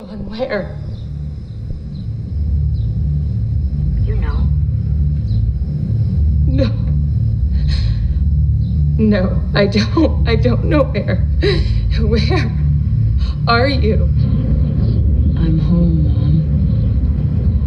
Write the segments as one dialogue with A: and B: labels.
A: and where?
B: You know.
A: No. No, I don't. I don't know where. Where are you?
B: I'm home, Mom.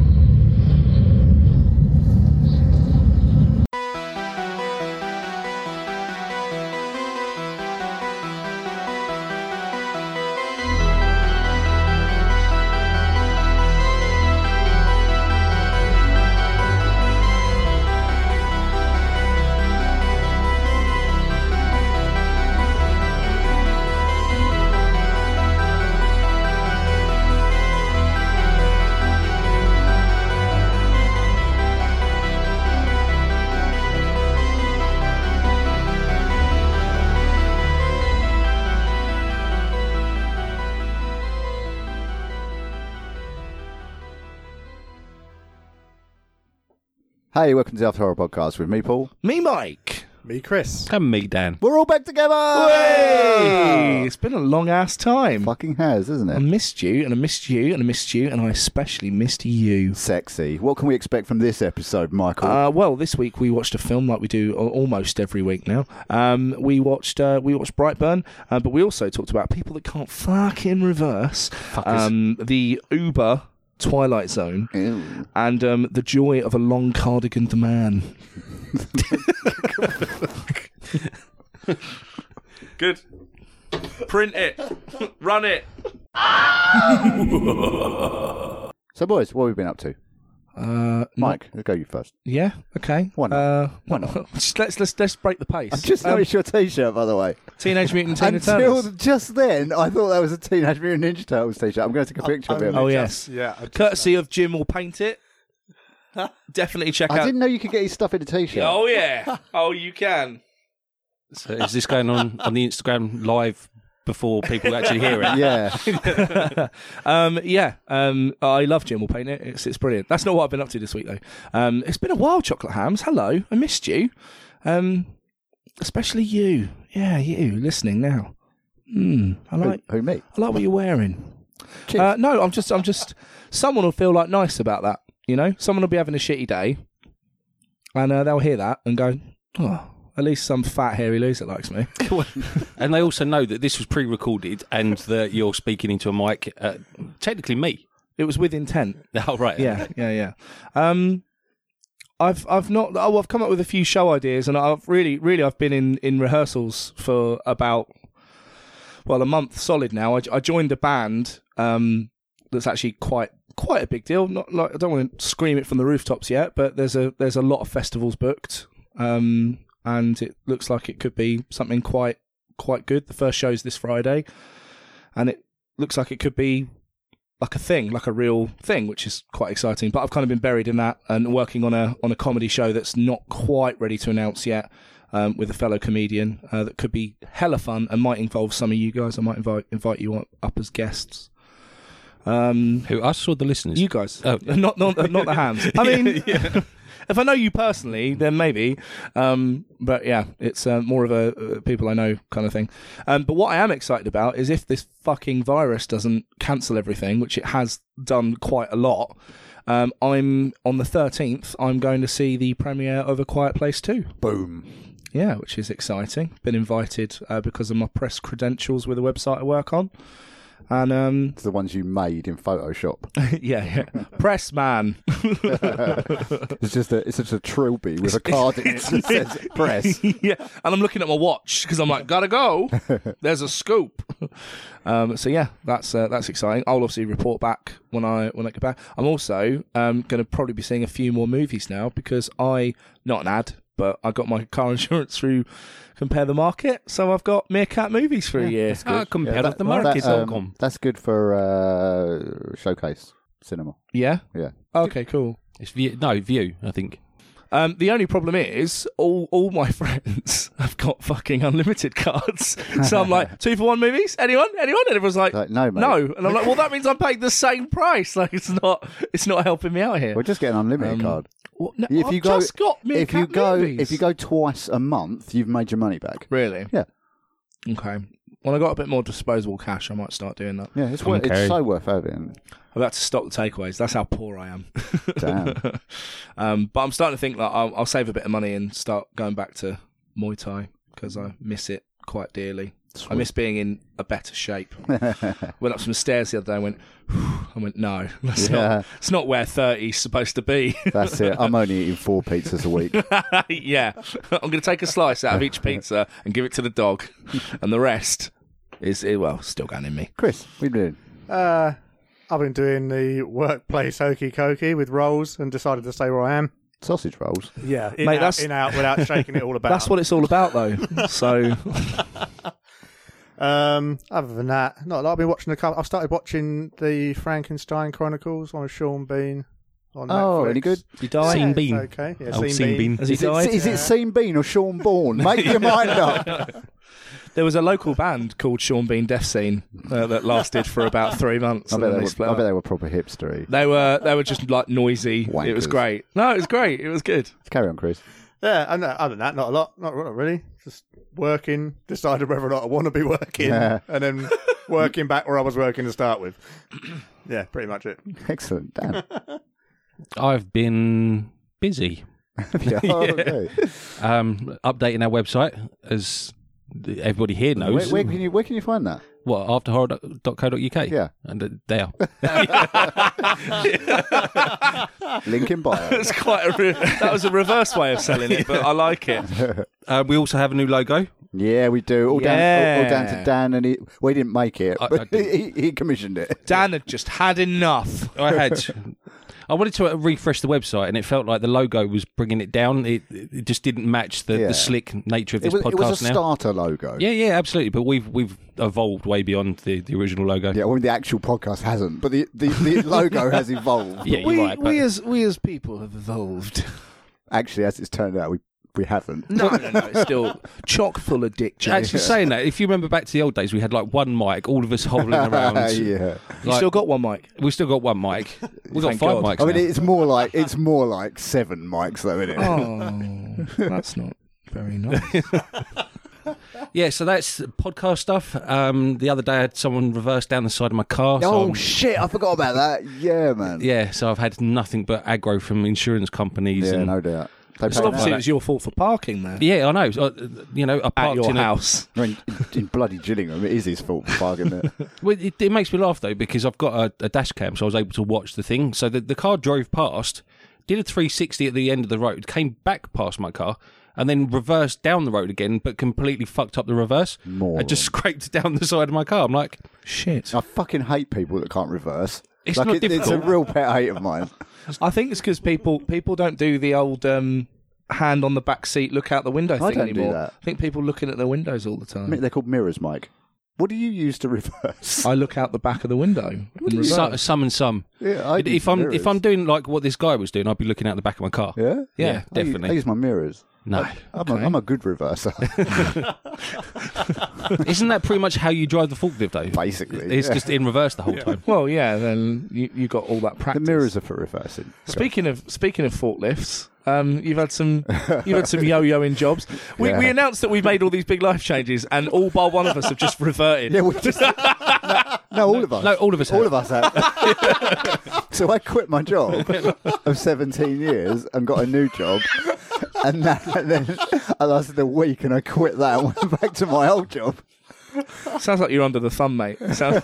C: Hey, welcome to the After Horror Podcast with me, Paul.
D: Me, Mike.
E: Me, Chris.
D: And me, Dan.
C: We're all back together!
D: Hey! It's been a long ass time.
C: Fucking has, isn't
D: I
C: it?
D: missed you, and I missed you, and I missed you, and I especially missed you.
C: Sexy. What can we expect from this episode, Michael?
D: Uh, well, this week we watched a film like we do al- almost every week now. Um, we watched uh, we watched Brightburn, uh, but we also talked about people that can't fucking reverse um, the Uber Twilight Zone
C: Ew.
D: and um, the joy of a long cardiganed man.
F: Good. Print it. Run it.
C: So, boys, what have we been up to?
D: Uh,
C: Mike, go you first.
D: Yeah. Okay.
C: Why not?
D: Uh,
C: Why not?
D: just let's let's let's break the pace.
C: I've just
D: Um,
C: noticed your t shirt, by the way.
D: Teenage Mutant Teen
C: Until
D: Turtles.
C: just then, I thought that was a Teenage Mutant Ninja Turtles t shirt. I'm going to take a picture of it.
D: Oh
E: Just-
D: yes.
E: yeah, I just-
D: Courtesy of Jim will paint it. Definitely check
C: I
D: out.
C: didn't know you could get his stuff in a t shirt.
D: Oh yeah. Oh, you can.
G: So is this going on on the Instagram live before people actually hear it?
C: Yeah.
D: Um, yeah. Um, I love Jim will paint it. It's it's brilliant. That's not what I've been up to this week though. Um, it's been a while, chocolate hams. Hello, I missed you. Um, especially you. Yeah, you listening now. Hmm. I like
C: Who, me?
D: I like what you're wearing.
C: Cheers.
D: Uh, no, I'm just, I'm just. Someone will feel like nice about that, you know. Someone will be having a shitty day, and uh, they'll hear that and go, "Oh, at least some fat hairy loser likes me."
G: And they also know that this was pre-recorded and that you're speaking into a mic. Uh, technically, me.
D: It was with intent.
G: Oh right.
D: Yeah, yeah, yeah. Um, I've, I've not. Oh, I've come up with a few show ideas, and I've really, really, I've been in in rehearsals for about well a month solid now. I, I joined a band um, that's actually quite quite a big deal. Not like I don't want to scream it from the rooftops yet, but there's a there's a lot of festivals booked, um, and it looks like it could be something quite quite good. The first show's this Friday, and it looks like it could be like a thing, like a real thing, which is quite exciting. But I've kind of been buried in that and working on a on a comedy show that's not quite ready to announce yet. Um, with a fellow comedian uh, that could be hella fun and might involve some of you guys. I might invite invite you up as guests. Um,
G: Who us or the listeners?
D: you guys,
G: Oh.
D: not not not the hams. I mean, if I know you personally, then maybe. Um, but yeah, it's uh, more of a uh, people I know kind of thing. Um, but what I am excited about is if this fucking virus doesn't cancel everything, which it has done quite a lot. Um, I'm on the 13th. I'm going to see the premiere of A Quiet Place too.
C: Boom.
D: Yeah, which is exciting. Been invited uh, because of my press credentials with a website I work on. And um,
C: It's the ones you made in Photoshop.
D: yeah, yeah. press man.
C: It's just a, it's just a trilby with a card in it that says press.
D: yeah, and I'm looking at my watch because I'm like, gotta go. There's a scoop. Um, so yeah, that's uh, that's exciting. I'll obviously report back when I when I get back. I'm also um, going to probably be seeing a few more movies now because I not an ad, but I got my car insurance through Compare the Market, so I've got Meerkat movies for a year.
G: Ah, compared
C: Yeah, that-
G: with the
C: that,
G: market.com.
C: um, that's good for uh, showcase cinema.
D: Yeah.
C: Yeah.
D: Okay. Cool.
G: it's view, no view. I think.
D: Um, the only problem is all all my friends have got fucking unlimited cards. so I'm like, two for one movies? Anyone? Anyone? And everyone's like,
C: Like, no, mate.
D: No. And I'm like, well that means I'm paying the same price. Like it's not it's not helping me out here.
C: We're just getting unlimited card.
D: What? No,
C: If
D: Um, I've
C: you go,
D: just got me
C: if you go, if you go twice a month, you've made your money back.
D: Really?
C: Yeah.
D: Okay. When I got a bit more disposable cash, I might start doing that.
C: Yeah, it's, worth, it's
G: Okay.
C: so worth having.
D: I've had to stop the takeaways. That's how poor I am.
C: Damn.
D: um, but I'm starting to think that I'll, I'll save a bit of money and start going back to Muay Thai because I miss it quite dearly. I miss being in a better shape. went up some stairs the other day and went, I went, no, that's
C: Yeah.
D: not, it's not where 30's supposed to be.
C: That's it. I'm only eating four pizzas a week.
D: yeah. I'm going to take a slice out of each pizza and give it to the dog. And the rest is, eh, well, still going in me.
C: Chris, what are you doing?
E: Uh, I've been doing the workplace hokey cokey with rolls and decided to stay where I am.
C: Sausage rolls.
E: Yeah, in,
D: Mate,
E: out,
D: that's-
E: in out without shaking it all about.
D: That's what it's all about, though. so,
E: Um, other than that, not a lot. I've been watching the. cou- I've started watching the Frankenstein Chronicles on Sean Bean on
C: Oh,
E: Netflix.
C: any good?
D: you
E: Yeah,
D: die.
G: Sean
E: it's
G: Bean.
E: Okay, yeah,
G: Oh,
E: Sean
G: Sean
E: Bean.
G: Bean.
D: Has he
C: Is it,
D: died?
C: is it Sean Bean or Sean Bourne? Make your mind up.
D: There was a local band called Sean Bean Death Scene uh, that lasted for about three months.
C: I
D: and
C: bet,
D: then
C: they
D: they
C: were,
D: split
C: I
D: up.
C: bet they were proper hipstery.
D: They were they were just like noisy. It was
C: Wankers.
D: great. No, it was great. It was good.
C: Carry on, Chris.
E: Yeah, and uh, other than that, not a lot. Not, not really. Just working. Decided whether or not I want to be working,
C: Yeah.
E: and then working back where I was working to start with. yeah, pretty much it.
C: Excellent. Damn.
G: I've been busy.
C: Yeah, okay.
G: Um, updating our website, as everybody here
C: where,
G: knows.
C: where can you, where can you find that?
G: What, afterhorror.co.uk?
C: Yeah.
G: And uh, there.
C: Link in bio.
D: It's quite a re- that was a reverse way of selling it, but I like it.
G: uh, we also have a new logo.
C: Yeah, we do. All, down, all, all down to
D: Yeah.
C: Dan, and he. Well, he didn't make it,
G: I- I
C: but he,
G: didn't.
C: he commissioned it.
D: Dan had just had enough.
G: I had. I wanted to uh, refresh the website, and it felt like the logo was bringing it down. It, it just didn't match the,
C: Yeah.
G: the slick nature of
C: It
G: this
C: was,
G: podcast
C: it was a
G: now.
C: starter logo.
G: Yeah, yeah, absolutely. But we've we've evolved way beyond the, the original logo.
C: Yeah, well, the actual podcast hasn't, but the, the, the logo has evolved.
G: Yeah, you're right. but-
D: as we as people have evolved.
C: Actually, as it's turned out, we, we haven't.
D: No, no, no. It's still chock full of dick jokes.
G: Actually, saying that, if you remember back to the old days, we had like one mic, all of us hobbling around.
C: yeah.
D: You still got one mic.
G: We've still got one mic. We've got
D: Thank
G: five
D: God.
G: mics.
C: I mean,
G: now.
C: it's more like it's more like seven mics, though, isn't it?
D: Oh, that's not very nice.
G: yeah, so that's podcast stuff. Um, the other day, I had someone reverse down the side of my car. so
C: Oh
G: I'm-
C: shit! I forgot about that. Yeah, man.
G: yeah, so I've had nothing but aggro from insurance companies.
C: Yeah,
G: and,
C: no doubt. They
G: It's
C: pay
G: not
C: that.
D: Obviously, it was your fault for parking there
G: yeah, I know. So, uh, you know, I
D: at
G: parked
D: your
G: in a-
D: house.
C: I mean, in, in bloody Gillingham, it is his fault for bargaining it.
G: Well, it, it makes me laugh though because I've got a, a dash cam, so I was able to watch the thing. So the, the car drove past, did a 360 at the end of the road, came back past my car, and then reversed down the road again, but completely fucked up the reverse.
C: Moron.
G: I just scraped down the side of my car. I'm like,
D: Shit.
C: I fucking hate people that can't reverse.
G: It's
C: like
G: not
C: it, It's a
G: difficult.
C: real pet hate of mine.
D: I think it's because people people don't do the old um, hand on the back seat, look out the window thing
C: don't do
D: anymore.
C: that.
D: I think people looking at their windows all the time.
C: I mean, they're called mirrors, Mike. What do you use to reverse?
D: I look out the back of the window. And
G: so,
D: reverse.
G: some and some.
C: Yeah, I do
G: if I'm
C: mirrors.
G: if I'm doing like what this guy was doing, I'd be looking out the back of my car.
C: yeah,
G: Yeah,
C: I use-
G: definitely.
C: I use my mirrors.
G: No,
C: I'm, a, I'm a good reverser,
G: isn't that pretty much how you drive the forklift though?
C: basically.
G: It's just in reverse the whole time.
D: Well, yeah, then you, you got all that
C: the
D: practice.
C: mirrors are for reversing.
D: Speaking of speaking of forklifts, um, you've had some you've had some yo-yoing jobs. We, we
C: Yeah.
D: announced that we've made all these big life changes, and all bar one of us have just reverted.
C: Yeah, we just no, no, all of us.
G: no, all of us
C: All
G: have.
C: of us have. so I quit my job of seventeen years and got a new job, and, that, and then I lasted a week and I quit that and went back to my old job.
D: Sounds like you're under the thumb, mate. Sounds-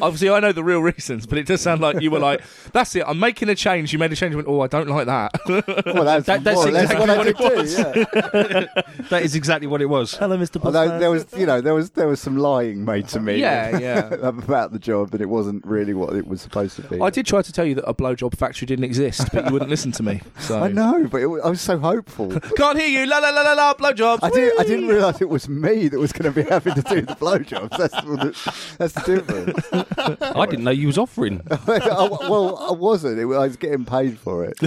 D: Obviously, I know the real reasons, but it does sound like you were like, "That's it. I'm making a change." You made a change. And went, "Oh, I don't like that."
C: Well, that's,
G: That- that's
C: more or less
G: exactly
C: what,
G: what
C: I
G: it
C: did do, yeah.
G: That is exactly what it was.
D: Hello, Mister.
C: Although there was, you know, there was there was some lying made to me.
D: Yeah, yeah.
C: about the job, but it wasn't really what it was supposed to be.
D: I did try to tell you that a blowjob factory didn't exist, but you wouldn't listen to me. So
C: I know, but it, wa- I was so hopeful.
D: Can't hear you. La la la la la. Blowjobs.
C: I didn't. I didn't realise it was me that was going to be having to do the blowjobs. That's the, that's the difference.
G: I didn't know you was offering.
C: I- well, I wasn't. It, was- I was getting paid for it.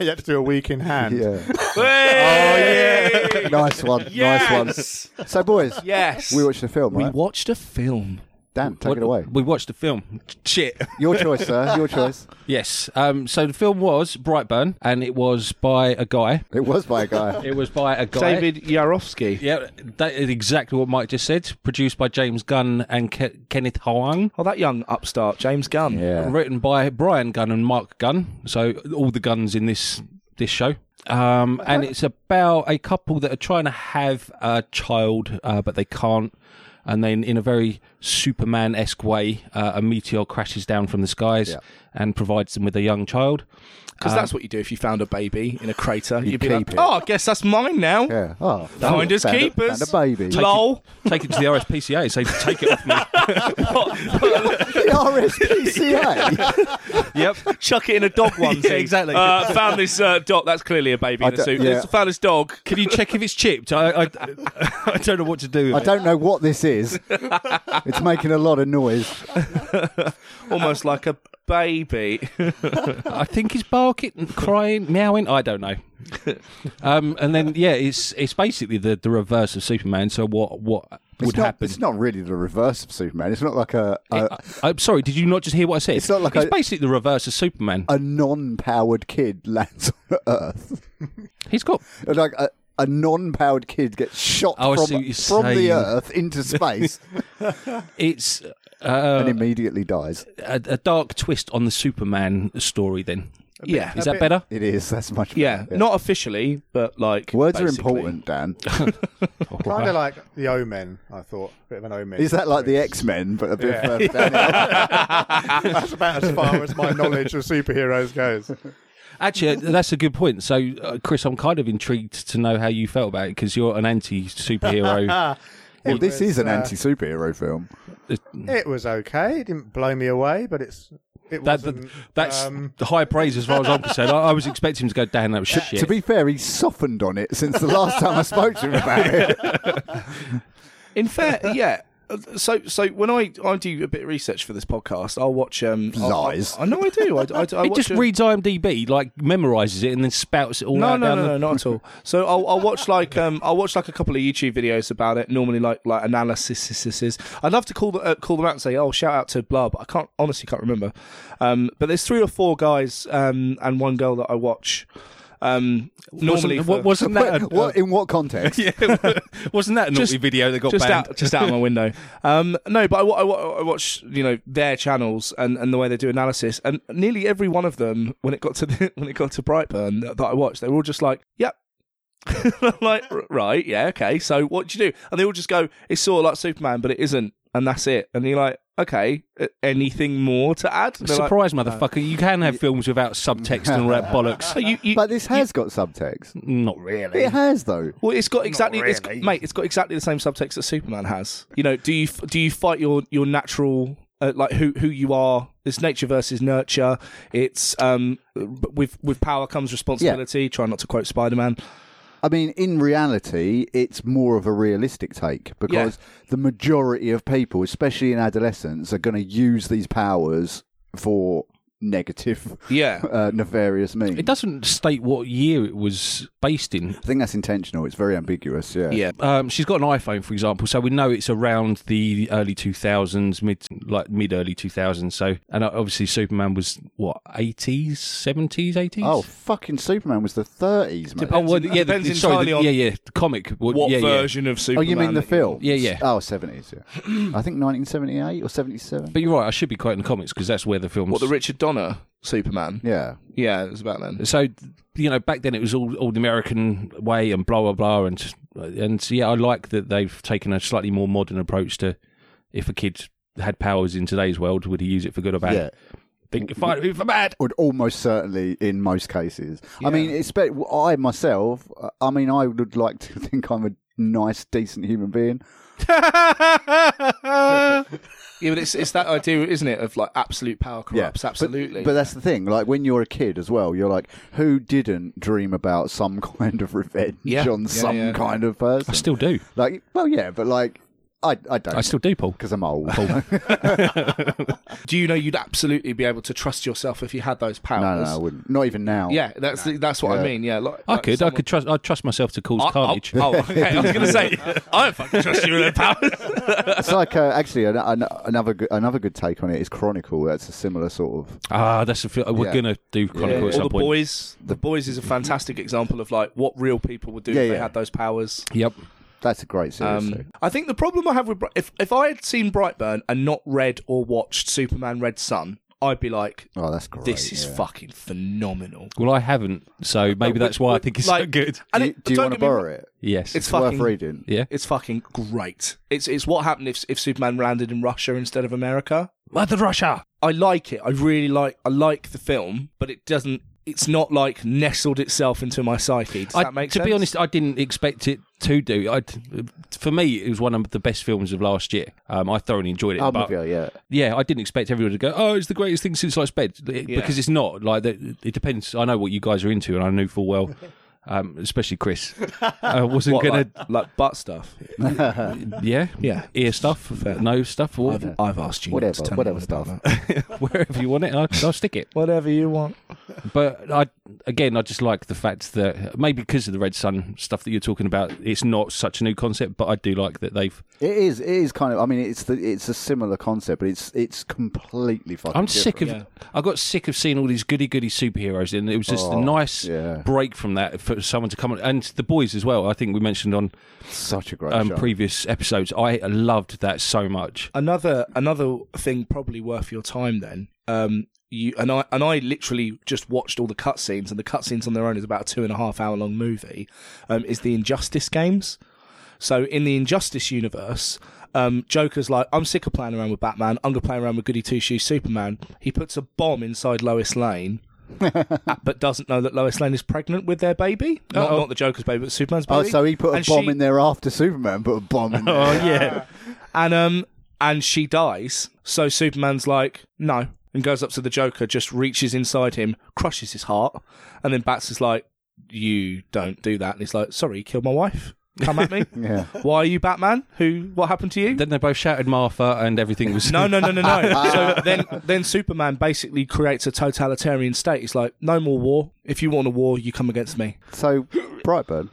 E: you had to do a week in hand.
C: Oh, Yeah.
D: Hey!
C: Nice one. Nice one. So, boys,
D: Yes.
C: we watched the film.
D: We
C: right?
D: watched a film.
C: Dan, take
G: What-
C: it away.
G: We watched the film. Shit.
C: Your choice, sir. Your choice.
G: Yes. Um, so the film was Brightburn, and it was by a guy.
C: It was by a guy.
G: It was by a guy.
D: David Yarovsky.
G: Yeah, that is exactly what Mike just said. Produced by James Gunn and Ke- Kenneth Hoang.
D: Oh, that young upstart, James Gunn.
C: Yeah.
G: Written by Brian Gunn and Mark Gunn. So all the guns in this this show. Um, and it's about a couple that are trying to have a child, uh, but they can't. And then, in a very Superman esque way, uh, a meteor crashes down from the skies
C: Yeah.
G: and provides them with a young child.
D: Because that's what you do if you found a baby in a crater. You'd be
C: Uh-huh. keep
D: like,
C: it.
D: oh, I guess that's mine now.
C: Yeah. Oh,
D: Find us
C: found a-
D: keepers.
C: Found a baby.
D: Lol.
G: Take it to the RSPCA. Say, take it off me.
C: The RSPCA.
D: Yep. Chuck it in a dog onesie.
G: Yeah, exactly.
D: Uh, found this uh, dog. That's clearly a baby
C: I
D: in a
C: don't-
D: suit.
C: yeah.
D: Found this dog.
G: Can you check if it's chipped? I, I, I don't know what to do.
C: I don't know what this is. It's making a lot of noise.
D: Almost like a baby.
G: I think he's barking, crying, meowing. I don't know. um, and then yeah, it's it's basically the, the reverse of Superman. So what what would
C: it's not,
G: happen? uh,
C: It's not really the reverse of Superman. It's not like a a,
G: I, am sorry, did you not just hear what I said?
C: It's not like I-
G: basically the reverse of Superman.
C: a non-powered kid lands on Earth.
G: he's got
C: And Like a, a non-powered kid gets shot
G: Oh, I see
C: from,
G: what you're
C: from the
G: saying.
C: Earth into space
G: it's
C: and
G: uh,
C: immediately dies.
G: a, a dark twist on the Superman story. Then
D: yeah.
G: is that better?
C: It is. That's much.
D: Yeah.
C: better.
D: Not officially, but like.
C: Words
D: basically.
C: are important, Dan.
E: Kind of like the Omen, I thought. Bit of an Omen.
C: Is that like the X Men, but a bit further down?
E: That's about as far as my knowledge of superheroes goes.
G: Actually, that's a good point. So, uh, Chris, I'm kind of intrigued to know how you felt about it because you're an anti-superhero.
C: Well, this is an
E: uh,
C: anti-superhero film.
E: It was okay. It didn't blow me away, but it's it
G: that,
E: wasn't.
G: that's
E: um,
G: the high praise as far as I'm concerned. I, I was expecting him to go down. That was shit.
C: To be fair, he's softened on it since the last time I spoke to him about it.
D: In fact, yeah. Uh, So, so when I, I do a bit of research for this podcast, I'll watch um I'll-
C: Lies.
D: I know I do. I, I, I
G: he
D: watch um,
G: just
D: a-
G: reads IMDb, like memorises it, and then spouts it all
D: No,
G: out
D: no,
G: down
D: no,
G: the.
D: no, not at all. So I'll, I'll watch like um, I'll watch like a couple of YouTube videos about it. Normally, like like analysis. I'd love to call the, uh, call them out and say, "Oh, shout out to blah," but I can't honestly can't remember. Um, but there's three or four guys um, and one girl that I watch. Um, normally,
G: wasn't,
D: for-
G: wa- wasn't that a,
C: What, in what context?
G: wasn't that a naughty
D: Just-
G: video that got
D: just
G: banned?
D: out, just out my window. Um, no, but I, wa- I, wa- I watch you know their channels and, and the way they do analysis, and nearly every one of them, when it got to the, when it got to Brightburn that, that I watched, they were all just like, "Yep." I'm like "R- right, yeah, okay. So what do you do? And they all just go, "It's sort of like Superman, but it isn't," and that's it. And you're like, "Okay, uh, anything more to add?" And they're like,
G: Surprise, motherfucker! You can have films without subtext and all that bollocks.
D: "Oh, you, you,
C: But this has got subtext.
G: Not really.
C: It has though.
D: Well, it's got exactly, it's, mate. It's got exactly the same subtext that Superman has. You know, do you f- do you fight your your natural uh, like who who you are? It's nature versus nurture. It's um but with with power comes responsibility. Try not to quote Spider Man.
C: I mean, in reality, it's more of a realistic take because the majority of people, especially in adolescence, are going to use these powers for negative,
D: Yeah.
C: uh, nefarious means.
G: It doesn't state what year it was based in.
C: I think that's intentional. It's very ambiguous. Yeah.
D: Yeah.
G: Um, she's got an iPhone, for example, so we know it's around the early two thousands, mid like mid early two thousands. So, and uh, obviously Superman was what eighties, seventies, eighties.
C: Oh, fucking Superman was the 30s, mate.
G: oh, well, yeah,
D: Depends
G: the, sorry, the,
D: entirely on
G: yeah, yeah, the comic. What,
D: What
G: yeah, yeah.
D: version of
C: Oh,
D: Superman?
C: you mean the
D: that
C: film?
G: Yeah, yeah.
C: Oh, 70s, yeah. I think 1978 or 77.
G: But you're right. I should be quoting the comics because that's where the films.
D: What the Richard Donner Superman?
C: Yeah.
D: Yeah, it was about then.
G: so you know, back then it was all all the American way and blah blah blah, and and so, yeah, I like that they've taken a slightly more modern approach to if a kid had powers in today's world, would he use it for good or bad?
C: Yeah.
G: Think if I if I'm bad.
C: Would almost certainly in most cases. I mean, expect I myself. uh, I mean, I would like to think I'm a nice, decent human being.
D: yeah, but it's it's that idea, isn't it, of like absolute power corrupts?
C: But-
D: absolutely.
C: But, that's the thing. Like when you're a kid as well, you're like, who didn't dream about some kind of revenge
D: Yeah.
C: on
D: Yeah,
C: some
D: yeah.
C: kind of person?
G: I still do.
C: like, well, yeah, but like, I I
G: I
C: don't
G: still do, Paul.
C: because I'm old.
D: do you know you'd absolutely be able to trust yourself if you had those powers?
C: No, no, I wouldn't. Not even now.
D: Yeah, that's that's what I mean. Yeah, like,
G: I
D: like
G: could, I
D: someone-
G: could trust, I'd trust myself to cause
D: I- I-
G: carnage.
D: Oh, okay. I was going to say, I don't fucking trust you with their powers.
C: It's like uh, actually an, an, another good, another good take on it is Chronicle. That's a similar sort of.
G: Ah, that's a. Feel, we're
C: Yeah.
G: gonna do Chronicle at
D: Or
G: some
D: the
G: point.
D: boys. The boys is a fantastic example of like what real people would do
C: Yeah,
D: if they
C: yeah.
D: had those powers.
G: Yep.
C: That's a great series.
D: Um,
C: though.
D: I think the problem I have with Bri- if if I had seen Brightburn and not read or watched Superman Red Sun, I'd be like,
C: oh, that's great.
D: this is
C: yeah.
D: fucking phenomenal.
G: Well, I haven't, so maybe that's why I think it's so
D: Uh, like-
G: good.
C: Do you,
D: it-
C: do you
D: don't
C: want to
D: get me wrong,
C: borrow it?
G: Yes.
D: It's,
C: Worth
D: fucking
C: reading.
G: yeah.
D: It's fucking great. It's it's what happened if if Superman landed in Russia instead of America.
G: Mother Russia.
D: I like it. I really like. I like the film, but it doesn't. It's not like nestled itself into my psyche. Does
G: I,
D: that make
G: to
D: sense?
G: be honest, I didn't expect it to do. I, for me, it was one of the best films of last year. Um, I thoroughly enjoyed it.
C: I'm
G: but
C: with you, yeah.
G: yeah, I didn't expect everyone to go, "Oh, it's the greatest thing since sliced bread," It-
D: Yeah.
G: because it's not. Like that, it depends. I know what you guys are into, and I knew full well, um, especially Chris. I wasn't
D: What,
G: gonna,
D: like, like butt stuff.
G: yeah,
D: Yeah.
G: ear stuff, nose stuff, or
D: I've, I've asked you not
C: Whatever,
D: to tell me
C: whatever
D: about
C: stuff.
D: that.
G: wherever you want it. I'll, I'll stick it.
D: Whatever you want.
G: But I again, I just like the fact that maybe because of the Red Sun stuff that you're talking about, it's not such a new concept. But I do like that they've.
C: It is. It is kind of. I mean, it's the. It's a similar concept, but it's it's completely fucking.
G: I'm sick of.
D: different.
G: I got sick of seeing all these goody goody superheroes, and it was just
C: Oh,
G: a nice
C: yeah.
G: break from that for someone to come on, and the boys as well. I think we mentioned on
C: of such a great
G: um,
C: show.
G: previous episodes. I loved that so much.
D: Another another thing probably worth your time then. Um, you and I and I literally just watched all the cutscenes, and the cutscenes on their own is about a two and a half hour long movie. Um, is the Injustice games. So in the Injustice universe, um, Joker's like, I'm sick of playing around with Batman. I'm gonna play around with Goody Two Shoes Superman. He puts a bomb inside Lois Lane. but doesn't know that Lois Lane is pregnant with their baby. Not, not the Joker's baby, but Superman's baby.
C: Oh, so he put a
D: And
C: bomb
D: she-
C: in there after Superman put a bomb in there.
G: yeah,
D: and um and she dies. So Superman's like, no, and goes up to the Joker, just reaches inside him, crushes his heart, and then Bats is like, you don't do that, and he's like, sorry, you killed my wife. Come at me.
C: Yeah.
D: Why are you Batman? Who? What happened to you?
G: then they both shouted Martha, and everything was
D: no, no, no, no, no. so then, then Superman basically creates a totalitarian state. He's like, no more war. If you want a war, you come against me.
C: So Brightburn.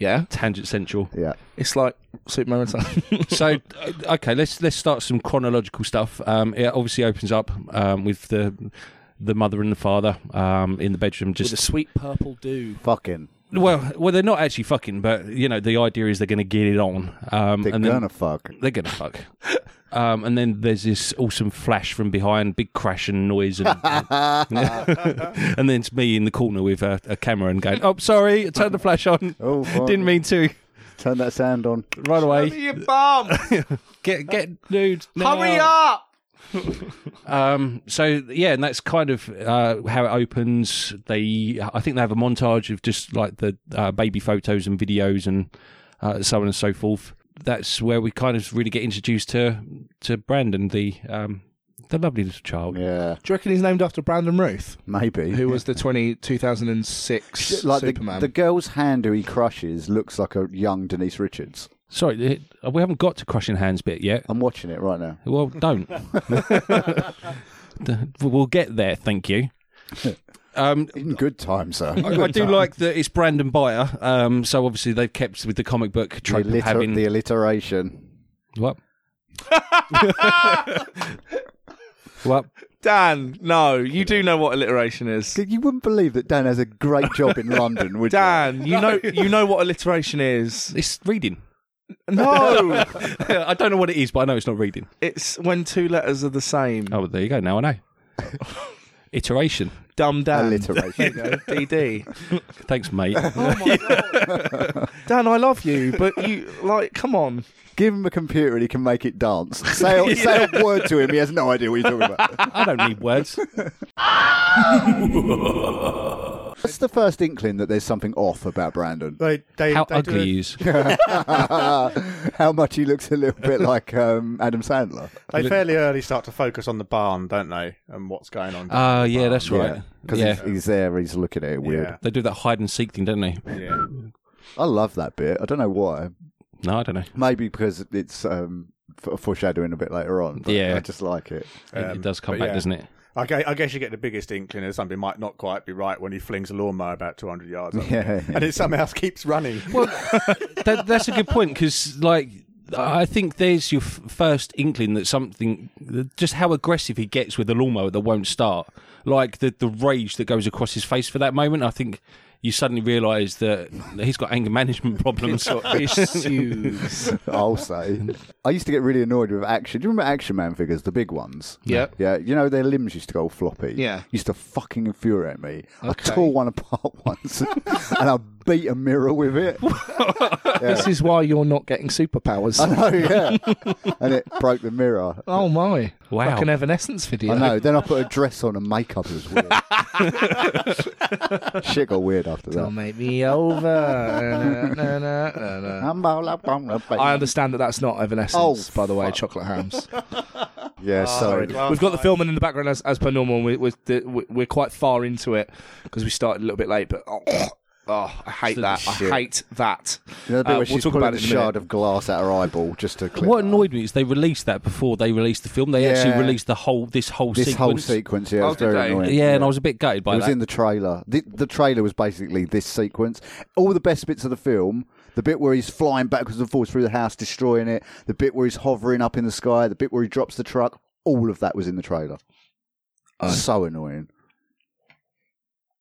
D: Yeah,
G: tangent central.
C: Yeah.
D: it's like Superman and Son.
G: so uh, okay let's let's start some chronological stuff um it obviously opens up um with the the mother and the father um in the bedroom
D: with a
G: just
D: sweet purple dew.
C: Fucking.
G: well well they're not actually fucking but you know the idea is they're gonna get it on um
C: They're
G: and then
C: gonna fuck.
G: they're gonna fuck um and then there's this awesome flash from behind big crash and noise and and then it's me in the corner with a, a camera and going oh sorry turn the flash on
C: Oh, fuck.
G: didn't mean to
C: Turn that sound on.
G: right away
D: Your bomb.
G: get get nude
D: Hurry
G: now.
D: up.
G: Um, so yeah, and that's kind of uh, how it opens. They, I think they have a montage of just like the uh, baby photos and videos and uh, so on and so forth. That's where we kind of really get introduced to to Brandon, the um, the lovely little child.
C: Yeah.
D: Do you reckon he's named after Brandon Ruth,
C: Maybe.
D: who was the 20, 2006
C: like the,
D: Superman?
C: the girl's hand who he crushes looks like a young Denise Richards.
G: Sorry, uh, we haven't got to crushing hands bit yet.
C: I'm watching it right now.
G: Well, don't. D- we'll get there, thank you. uh, Um,
C: In good time, sir.
G: I, I do like that it's Brandon Byer. Um, so obviously they've kept with the comic book
C: the,
G: trope of
C: alliter-
G: having
C: the alliteration.
G: What? what?
D: Dan, no, you do know what alliteration is.
C: You wouldn't believe that Dan has a great job in London, would
D: Dan, you know you know what alliteration is.
G: It's reading.
D: No,
G: I don't know what it is, but I know it's not reading.
D: it's when two letters are the same.
G: Oh, well, there you go. Now I know. Iteration.
D: Dumb Dan.
C: Alliteration.
D: You know, DD.
G: Thanks, mate.
D: Dan, I love you, but you like, come on.
C: you? Give him a computer and he can make it dance. Say, a- say a word to him, he has no idea what you're talking about.
G: I don't need words.
C: That's the first inkling that there's something off about Brandon.
E: They, they,
G: How
E: they do
G: ugly
E: it-
G: he is.
C: How much he looks a little bit like um, Adam Sandler.
E: They fairly early start to focus on the barn, don't they? And what's going on.
G: Oh, yeah, that's right.
C: Because
G: yeah.
C: he's, he's there, he's looking at it weird.
E: Yeah.
G: They do that hide and seek thing, don't they?
E: yeah.
C: I love that bit. I don't know why.
G: No, I don't know.
C: Maybe because it's um, f- foreshadowing a bit later on. But
G: Yeah.
C: I just like it.
G: It- it does come
E: Um, but
G: back,
E: yeah.
G: doesn't it?
E: I gue- I guess you get the biggest inkling that something might not quite be right when he flings a lawnmower about 200 yards. up.
C: Yeah, yeah.
E: And it somehow keeps running. Well,
G: that, that's a good point because like I think there's your f- first inkling that something just how aggressive he gets with the lawnmower that won't start like the the rage that goes across his face for that moment I think you suddenly realize that he's got anger management problems
D: Issues.
C: I'll say. I used to get really annoyed with action. Do you remember Action Man figures, the big ones?
D: Yeah.
C: Yeah. You know, their limbs used to go floppy.
D: Yeah.
C: Used to fucking infuriate me.
D: Okay.
C: I tore one apart once and I beat a mirror with it.
D: This is why you're not getting
C: I
D: superpowers.
C: know, yeah. and it broke the mirror.
D: Oh my!
G: Wow.
D: Like an Evanescence video.
C: I know. Then I put a dress on and makeup was weird. Shit got weird after
D: Don't
C: that.
D: make me over. Na, na, na, na, na. I understand that that's not Evanescence,
C: Oh,
D: by the way, Chocolate Hams.
C: Yeah, sorry.
D: We've got the filming in the background as, as per normal. and We, we're, the, we- we're quite far into it because we started a little bit late, but oh, oh, I hate that. I hate that.
C: You know the bit
D: Uh,
C: where
D: we'll
C: she's
D: talk
C: pulling
D: about
C: a
D: it in a
C: shard
D: minute.
C: of glass out her eyeball just to clear
G: what
C: it up.
G: annoyed me is they released that before they released the film they
C: Yeah.
G: actually released the whole this whole
C: This
G: sequence
C: whole sequence, yeah,
F: Oh,
C: it's
F: did
C: very
F: they?
C: annoying.
G: yeah, and I was a bit gutted by
C: it was
G: that
C: in the trailer. The, the trailer was basically this sequence. All the best bits of the film, the bit where he's flying backwards and forwards through the house, destroying it, the bit where he's hovering up in the sky, the bit where he drops the truck, all of that was in the trailer. So annoying.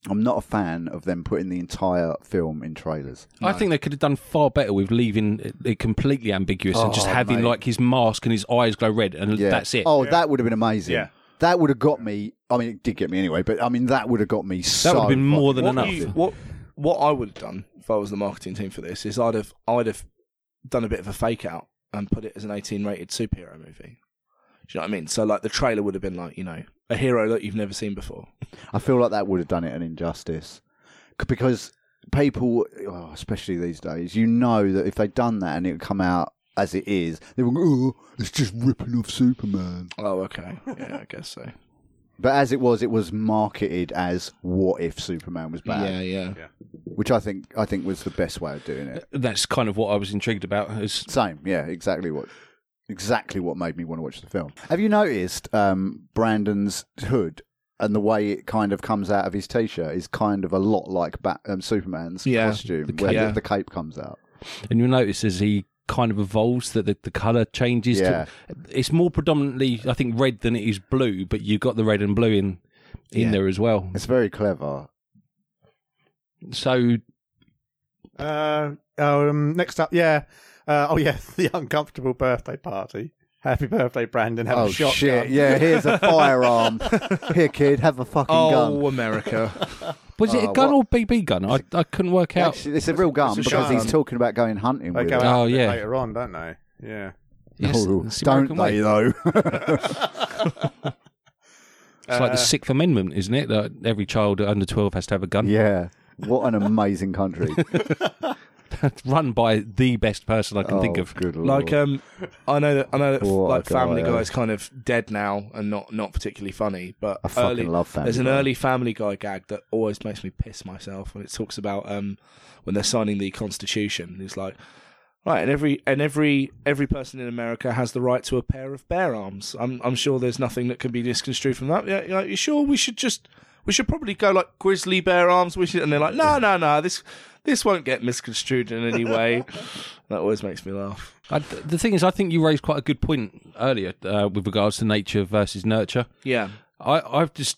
C: I'm not a fan of them putting the entire film in trailers.
G: I think they could have done far better with leaving it completely ambiguous and just
C: Oh,
G: having
C: mate.
G: like his mask and his eyes glow red and
C: Yeah.
G: that's it.
C: Oh, that would have been amazing.
E: Yeah.
C: That would have got me. I mean, it did get me anyway, but I mean, that would have got me so.
G: that would have been more than
D: what
G: enough.
D: you- what what I would have done if I was the marketing team for this is I'd have I'd have done a bit of a fake out and put it as an eighteen rated superhero movie. Do you know what I mean? So like the trailer would have been like you know a hero that you've never seen before.
C: I feel like that would have done it an injustice C- because people, oh, especially these days, you know that if they'd done that and it would come out as it is, they would go, oh, it's just ripping off Superman.
D: Oh okay, yeah, I guess so.
C: But as it was, it was marketed as what if Superman was bad,
D: Yeah, yeah.
C: which I think I think was the best way of doing it.
G: That's kind of what I was intrigued about. Is
C: Same, yeah, exactly what exactly what made me want to watch the film. Have you noticed um, Brandon's hood? And the way it kind of comes out of his t-shirt is kind of a lot like Bat- um, Superman's
D: Yeah,
C: costume,
G: the
C: where
D: cape.
C: the, the cape comes out.
G: and you'll notice as he kind of evolves that the, the color changes.
C: Yeah.
G: To, it's more predominantly, I think, red than it is blue, but you got the red and blue in in
D: Yeah.
G: there as well.
C: It's very clever.
G: So
E: uh, um, next up, yeah. Uh, oh, yeah, the uncomfortable birthday party. Happy birthday, Brandon. Have
C: oh
E: a shotgun.
C: shit! Yeah, here's a firearm. Here, kid, have a fucking gun.
D: Oh America.
G: was it
C: Uh,
G: a gun
C: what-
G: or BB gun? I I couldn't work out.
C: Actually, it's a real gun
E: it's a
C: because he's
E: shotgun.
C: talking about going hunting
E: They
C: with
E: go
C: it.
E: out
G: Oh,
E: a bit
G: yeah.
E: later on, don't they? Yeah.
G: Yes,
C: Oh,
G: it's the
C: don't
G: American
C: they
G: way.
C: though?
G: It's like the Sixth Amendment, isn't it? That every child under twelve has to have a gun.
C: yeah. What an amazing country!
G: Run by the best person I can
C: oh,
G: think of.
C: good lord.
D: like um, I know that I know that f-
C: What a
D: like Family
C: guy.
D: Guy is kind of dead now and not not particularly funny, but
C: I fucking
D: early
C: love Family
D: there's an
C: Guy.
D: early Family Guy gag that always makes me piss myself when it talks about um when they're signing the Constitution. It's like right, and every and every every person in America has the right to a pair of bear arms. I'm I'm sure there's nothing that can be misconstrued from that. Yeah, you sure we should just we should probably go like grizzly bear arms. We should, and they're like, no, no, no, this. This won't get misconstrued in any way. that always makes me laugh.
G: I, th- the thing is, I think you raised quite a good point earlier uh, with regards to nature versus nurture.
D: Yeah.
G: I, I've just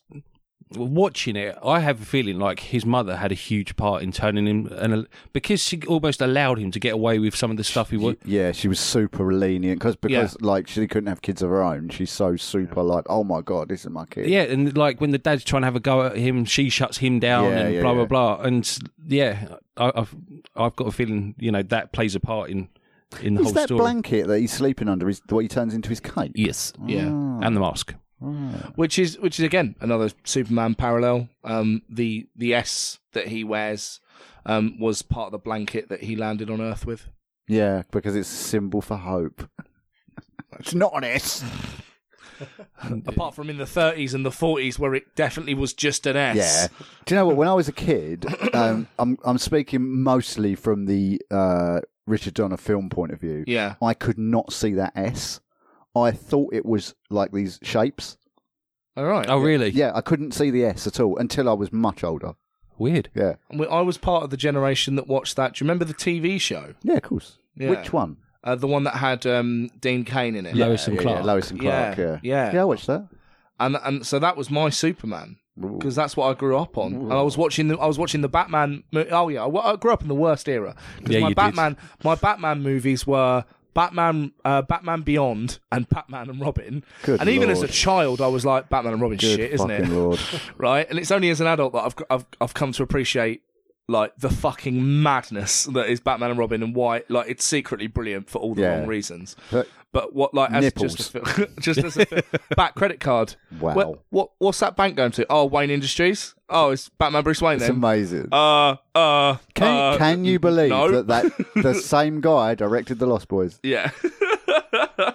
G: watching it. I have a feeling like his mother had a huge part in turning him, and because she almost allowed him to get away with some of the stuff he was.
C: yeah, she was super lenient cause, because like she couldn't have kids of her own. She's so super like, oh my god, this is my kid.
G: Yeah, and like when the dad's trying to have a go at him, she shuts him down,
C: Yeah,
G: and
C: yeah,
G: blah
C: yeah.
G: blah blah. And yeah, I, I've I've got a feeling you know that plays a part in in the
C: is
G: whole
C: that
G: story.
C: blanket that he's sleeping under is what he turns into his cape?
G: Yes,
D: Yeah.
G: and the mask.
D: Which is which is again another Superman parallel. Um the the S that he wears um was part of the blanket that he landed on Earth with.
C: Yeah, because it's a symbol for hope. it's not an S.
D: Apart from in the thirties and the forties where it definitely was just an S.
C: Yeah. Do you know what? When I was a kid, um, I'm I'm speaking mostly from the uh, Richard Donner film point of view,
D: Yeah.
C: I could not see that S. I thought it was like these shapes.
D: All right.
G: Oh, really?
C: Yeah, I couldn't see the S at all until I was much older.
G: Weird.
C: Yeah.
D: We- I was part of the generation that watched that. Do you remember the TV show?
C: Yeah, of course.
D: Yeah.
C: Which one?
D: Uh, the one that had um, Dean Kane in it.
G: Lois and
C: yeah,
G: Clark.
C: Yeah, Lois and Clark,
D: Yeah,
C: yeah.
D: yeah.
C: I watched that.
D: and and so that was my Superman because that's what I grew up on. And I was watching the I was watching the Batman. mo- Oh yeah, I wa- I grew up in the worst era because
G: Yeah,
D: my
G: you did.
D: Batman my Batman movies were. Batman, uh, Batman Beyond, and Batman and Robin.
C: Good
D: and even as a
C: lord.
D: child, I was like, Batman and Robin,
C: Good
D: shit, isn't it?
C: fucking lord.
D: right? And it's only as an adult that I've I've I've come to appreciate like the fucking madness that is Batman and Robin and why like it's secretly brilliant for all the
C: Yeah.
D: wrong reasons.
C: But-
D: But what like as just a, fil- just as a fil- back credit card.
C: Wow.
D: What, what what's that bank going to? Oh, Wayne Industries. Oh, it's Batman Bruce Wayne
C: It's
D: then.
C: amazing.
D: uh uh
C: can,
D: uh,
C: can you believe
D: no.
C: that, that the same guy directed The Lost Boys?
D: yeah.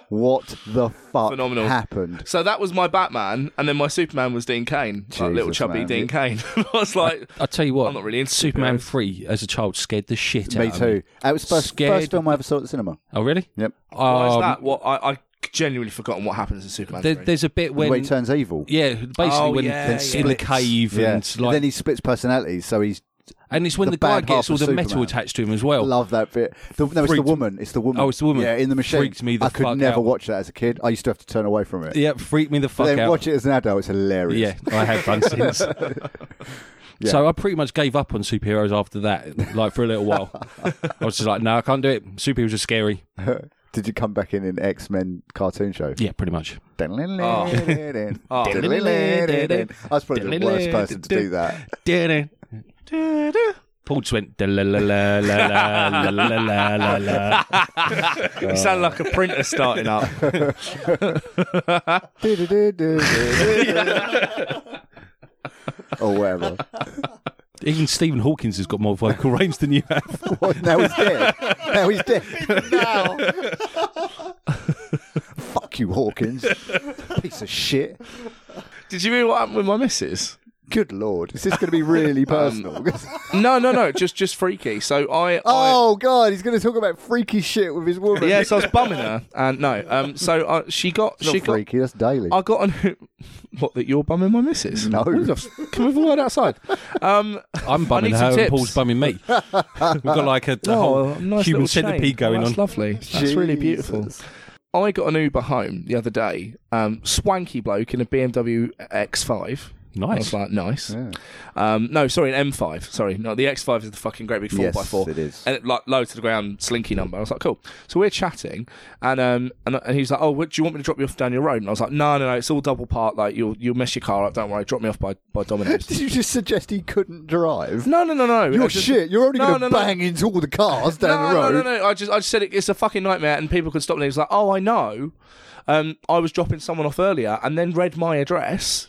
C: What the fuck
D: Phenomenal.
C: happened?
D: So that was my Batman, and then my Superman was Dean Kane, like little
C: Jesus,
D: chubby
C: man.
D: Dean Kane. I was like,
G: I tell you what,
D: I'm not really into
G: Superman
D: superheroes.
G: three as a child scared the shit
C: Me
G: out of
C: too. That was first,
G: Scared.
C: first film I ever saw at the cinema.
G: Oh, really?
C: Yep.
D: why is
G: Um,
D: that? What I, I genuinely forgotten what happens in Superman.
G: There,
D: three.
G: there's a bit when,
C: When he turns evil.
G: yeah, basically
D: Oh,
G: when
D: yeah,
G: it's in
D: yeah.
G: the cave
C: Yeah.
G: and
C: And
G: like,
C: then he splits personalities, so he's
G: and it's when
C: the
G: the, guy
C: bad half
G: gets all
C: of
G: the metal
C: Superman.
G: attached to him as well.
C: love that bit. The, no, it's the
G: Oh. Freaked-
C: woman. It's the woman.
G: Oh, it's the woman.
C: Yeah, in the machine.
G: Freaked me the
C: I could
G: fuck
C: never
G: out.
C: watch that as a kid. I used to have to turn away from it.
G: Yeah, freak me the
C: But
G: fuck
C: then
G: out.
C: watch it as an adult. It's hilarious.
G: Yeah, I have done since. So I pretty much gave up on superheroes after that, like for a little while. I was just like, no, I can't do it. Superheroes are scary.
C: Did you come back in an X Men cartoon show?
G: Yeah, pretty much.
D: Oh.
C: I was probably the worst person to do that.
G: Paul just went. "Da la la la la la la la la la la."
D: You sound like a printer starting up.
C: or whatever.
G: Even Stephen Hawkins has got more vocal range than you have.
C: What, now he's dead. Now he's dead. now. Fuck you, Hawkins. Piece of shit.
D: Did you hear what happened with my missus?
C: Good lord. Is this going to be
D: Um,
C: really personal?
D: No, no, no. Just, just freaky. So I,
C: oh, God. He's going to talk about freaky shit with his
D: I
C: woman.
D: yeah. So I was bumming her, and no. Um. So I, she got, Oh,
C: It's
D: she
C: not freaky. That's daily.
D: got, I got an. What that you're bumming my missus?
C: No.
D: Can we have a word outside? Um.
G: I'm
D: I need
G: bumming
D: some
G: her and
D: tips.
G: Paul's bumming me. We've got like a, a
D: oh,
G: whole human centipede going on.
D: That's lovely. That's really beautiful.
C: Jesus.
D: I got an Uber home the other day. Um, swanky bloke in a BMW X5. I was
G: Nice.
D: like, nice.
C: Yeah.
D: Um, no, sorry, an M5. Sorry, no, the X5 is the fucking great big four
C: Yes,
D: by four.
C: it is.
D: and it, like low to the ground, slinky number. I was like, cool. So we're chatting, and um, and, and he's like, oh, what, do you want me to drop you off down your road? And I was like, no, no, no, it's all double park. Like you'll you'll mess your car up. Don't worry, drop me off by by
C: Did
D: Domino's.
C: you just suggest he couldn't drive?
D: no, no, no, no. I
C: You're
D: just-
C: shit. You're only
D: No,
C: going to
D: no, no.
C: bang into all the cars down
D: no,
C: the road.
D: No, no, no. I just, I just said it, it's a fucking nightmare, and people could stop me. He was like, oh, I know. Um, I was dropping someone off earlier, and then read my address.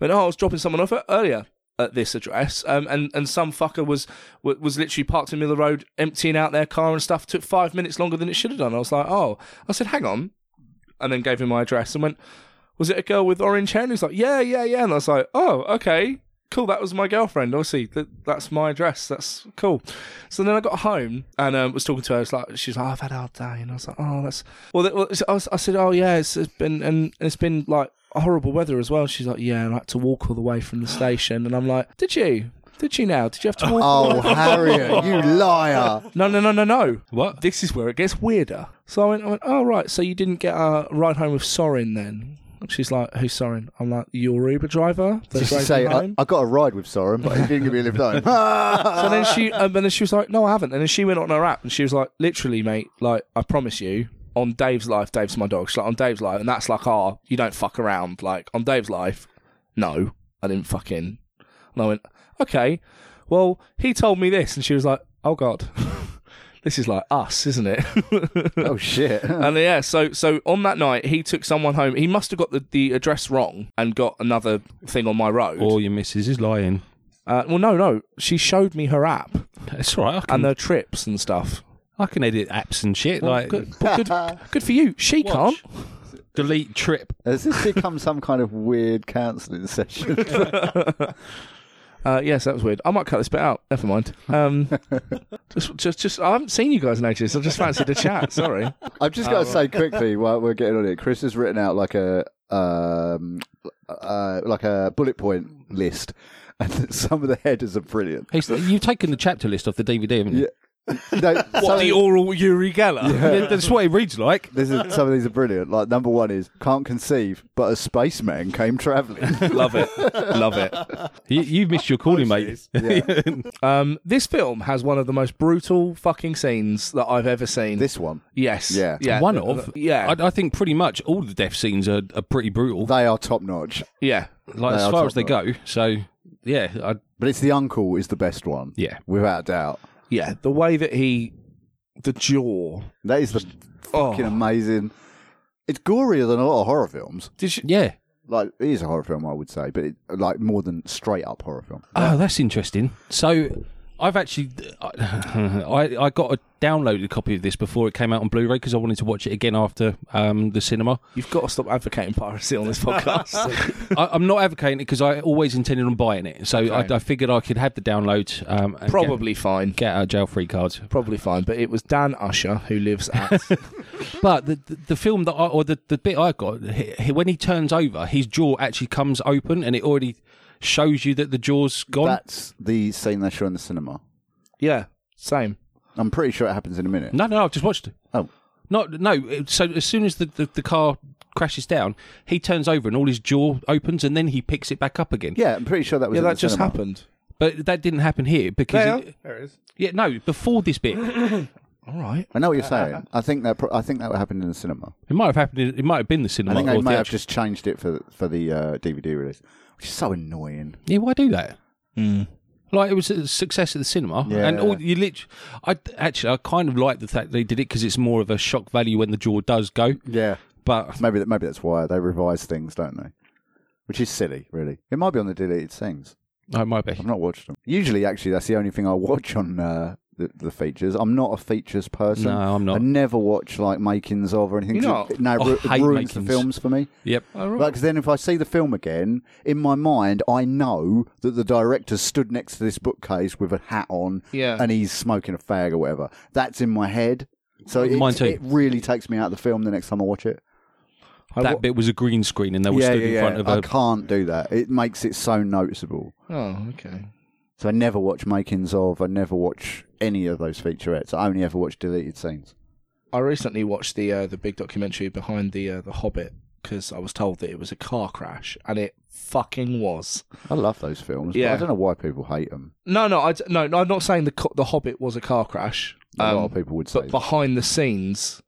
D: Went, oh, I was dropping someone off e- earlier at this address, um, and and some fucker was wa- was literally parked in the middle of the road, emptying out their car and stuff. Took five minutes longer than it should have done. I was like, oh. I said, hang on, and then gave him my address and went, was it a girl with orange hair? And he's like, yeah, yeah, yeah. And I was like, oh, okay, cool. That was my girlfriend. Obviously, that, that's my address. That's cool. So then I got home and um, was talking to her. It's like she's like, oh, I've had a hard day, and I was like, oh, that's well. That, well so I, was, I said, oh yeah, it's, it's been and it's been like horrible weather as well. She's like, yeah, and I had to walk all the way from the station, and I'm like, did you? Did you now? Did you have to walk?
C: Oh, Harriet, you liar.
D: No, no, no, no, no.
G: What?
D: This is where it gets weirder. So I went, I went, oh, right. So you didn't get a ride home with Sorin then? And She's like, who's Sorin? I'm like, your Uber driver? that
C: Just to
D: drove
C: say, uh,
D: you
C: I,
D: home?"
C: I got a ride with Soren, but he didn't give me a lift home.
D: so then she, um, and then she was like, no, I haven't. And then she went on her app and she was like, literally, mate, like, I promise you, on Dave's life, Dave's my dog. She's like, on Dave's life. And that's like, ah, you don't fuck around. Like, on Dave's life, no, I didn't fucking. And I went, okay, well, he told me this. And she was like, oh, God. This is like us, isn't it?
C: oh, shit.
D: And yeah, so so on that night, he took someone home. He must have got the, the address wrong and got another thing on my road.
G: Or your missus is lying.
D: uh, well, no, no, she showed me her app
G: That's all right. I
D: and
G: can,
D: her trips and stuff.
G: I can edit apps and shit.
D: Well,
G: like
D: good, but good, good for you. She
G: Watch.
D: can't.
G: delete trip.
C: Has this become some kind of weird counselling session?
D: Uh, yes, that was weird. I might cut this bit out. Never mind. Um, just, just, just. I haven't seen you guys notice. I just fancied a chat. Sorry.
C: I've just got to say quickly while we're getting on it, Chris has written out like a um, uh, like a bullet point list, and some of the headers are brilliant.
G: He's, you've taken the chapter list off the DVD, haven't you?
C: No, some-
G: oral Uri Geller? That's what it reads like.
C: this is, some of these are brilliant. Like number one is can't conceive, but a spaceman came travelling.
D: Love it. Love it.
G: You, you've missed your calling, mate.
D: Um, this film has one of the most brutal fucking scenes that I've ever seen.
C: this one,
D: yes.
C: Yeah.
G: One of.
D: Yeah.
G: I, I think pretty much all the death scenes are, are pretty brutal,
C: they are top notch,
D: yeah.
G: like
C: they
G: as
C: are
G: far
C: top
G: as they go. So, yeah, I,
C: but it's the uncle is the best one.
G: Yeah.
C: without doubt.
D: Yeah. The way that he, the jaw.
C: That is the
D: Oh.
C: fucking amazing. It's gorier than a lot of horror films.
D: Did you?
G: yeah.
C: Like it is a horror film, I would say, but it, like more than straight up horror film.
G: Oh, that's interesting. So, I've actually, I, I got a downloaded copy of this before it came out on Blu-ray because I wanted to watch it again after um, the cinema.
D: You've got to stop advocating piracy on this podcast.
G: I, I'm not advocating it because I always intended on buying it, so I, I figured I could have the download. Um, and
D: Probably fine.
G: get, get out of jail free cards.
D: Probably fine. But it was Dan Usher who lives at.
G: But the, the the film that I or the, the bit I got he, he- when he turns over, his jaw actually comes open, and it already shows you that the jaw's gone.
C: That's the scene they show in the cinema.
D: yeah. Same.
C: I'm pretty sure it happens in a minute.
G: No, no, I've just watched it.
C: Oh.
G: No, no. it- So as soon as the, the, the car crashes down, he turns over and all his jaw opens, and then he picks it back up again.
C: Yeah, I'm pretty sure that was.
D: Yeah,
C: in
D: that
C: the
D: just
C: cinema.
D: happened.
G: But that didn't happen here
D: Yeah.
G: because it,
E: There it is.
G: yeah, no, before this bit, it
D: All right.
C: I know what you're saying. I think that. Pro- I think that happened in the cinema.
G: might have happened. in- It might have been the
C: I
G: cinema.
C: think they
G: or
C: may have
G: theatre.
C: just changed it for for the uh, DVD release, which is so annoying.
G: Yeah, why do that? Like it was a success at the cinema,
C: Hmm. Yeah.
G: and all you lit. I actually I kind of like the fact they did it because it's more of a shock value when the jaw does go.
C: Yeah,
G: But
C: maybe that. Maybe that's why they revise things, don't they? Which is silly, really. It might be on the deleted scenes.
G: oh, it might be.
C: I've not watched them. Usually, actually, that's the only thing I watch on uh, the, the features. I'm not a features person.
G: No, I'm not.
C: I never watch like makings of or anything.
D: You're
C: 'cause it-
D: not?
C: No,
G: I
C: ru- it
G: hate
C: ruins the
G: makings.
C: films for me.
G: Yep.
D: Oh,
C: Because then, if I see the film again, in my mind, I know that the director stood next to this bookcase with a hat on,
D: Yeah.
C: and he's smoking a fag or whatever. That's in my head. So it,
G: Mine too.
C: it really takes me out of the film the next time I watch it.
D: I
G: that
D: wa-
G: bit was a green screen, and they were stood in front of
C: I
G: a.
C: can't do that. It makes it so noticeable.
D: Oh, okay.
C: So I never watch makings of. I never watch any of those featurettes. I only ever watch deleted scenes.
D: I recently watched the uh, the big documentary behind the uh, the Hobbit because I was told that it was a car crash and it fucking was.
C: I love those films.
D: Yeah.
C: But I don't know why people hate them.
D: No, no, I d- no, no, I'm not saying the co- the Hobbit was a car crash.
C: A
D: um,
C: lot of people would say.
D: but behind the scenes,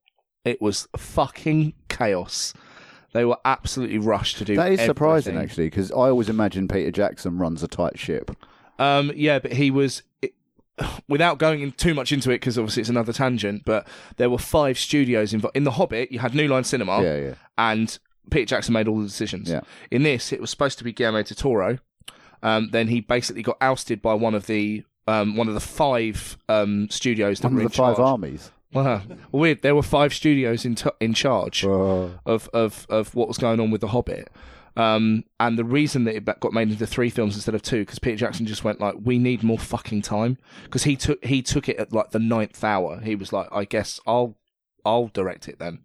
D: it was fucking chaos. They were absolutely rushed to do.
C: that is surprising,
D: everything.
C: actually, because I always imagine Peter Jackson runs a tight ship.
D: Um, yeah, but he was. It, without going in too much into it, because obviously it's another tangent, but there were five studios involved. In The Hobbit, you had New Line Cinema,
C: Yeah, yeah.
D: and Peter Jackson made all the decisions.
C: Yeah.
D: In this, it was supposed to be Guillermo del Toro. Um, then he basically got ousted by one of the um, one of the five um, studios that
C: One
D: were
C: of the
D: in
C: five
D: charge.
C: armies.
D: Wow, weird. There were five studios in t- in charge of, of of what was going on with the Hobbit. Um, and the reason that it ba- got made into three films instead of two because Peter Jackson just went like, "We need more fucking time," because he took he took it at like the ninth hour. He was like, "I guess I'll I'll direct it then."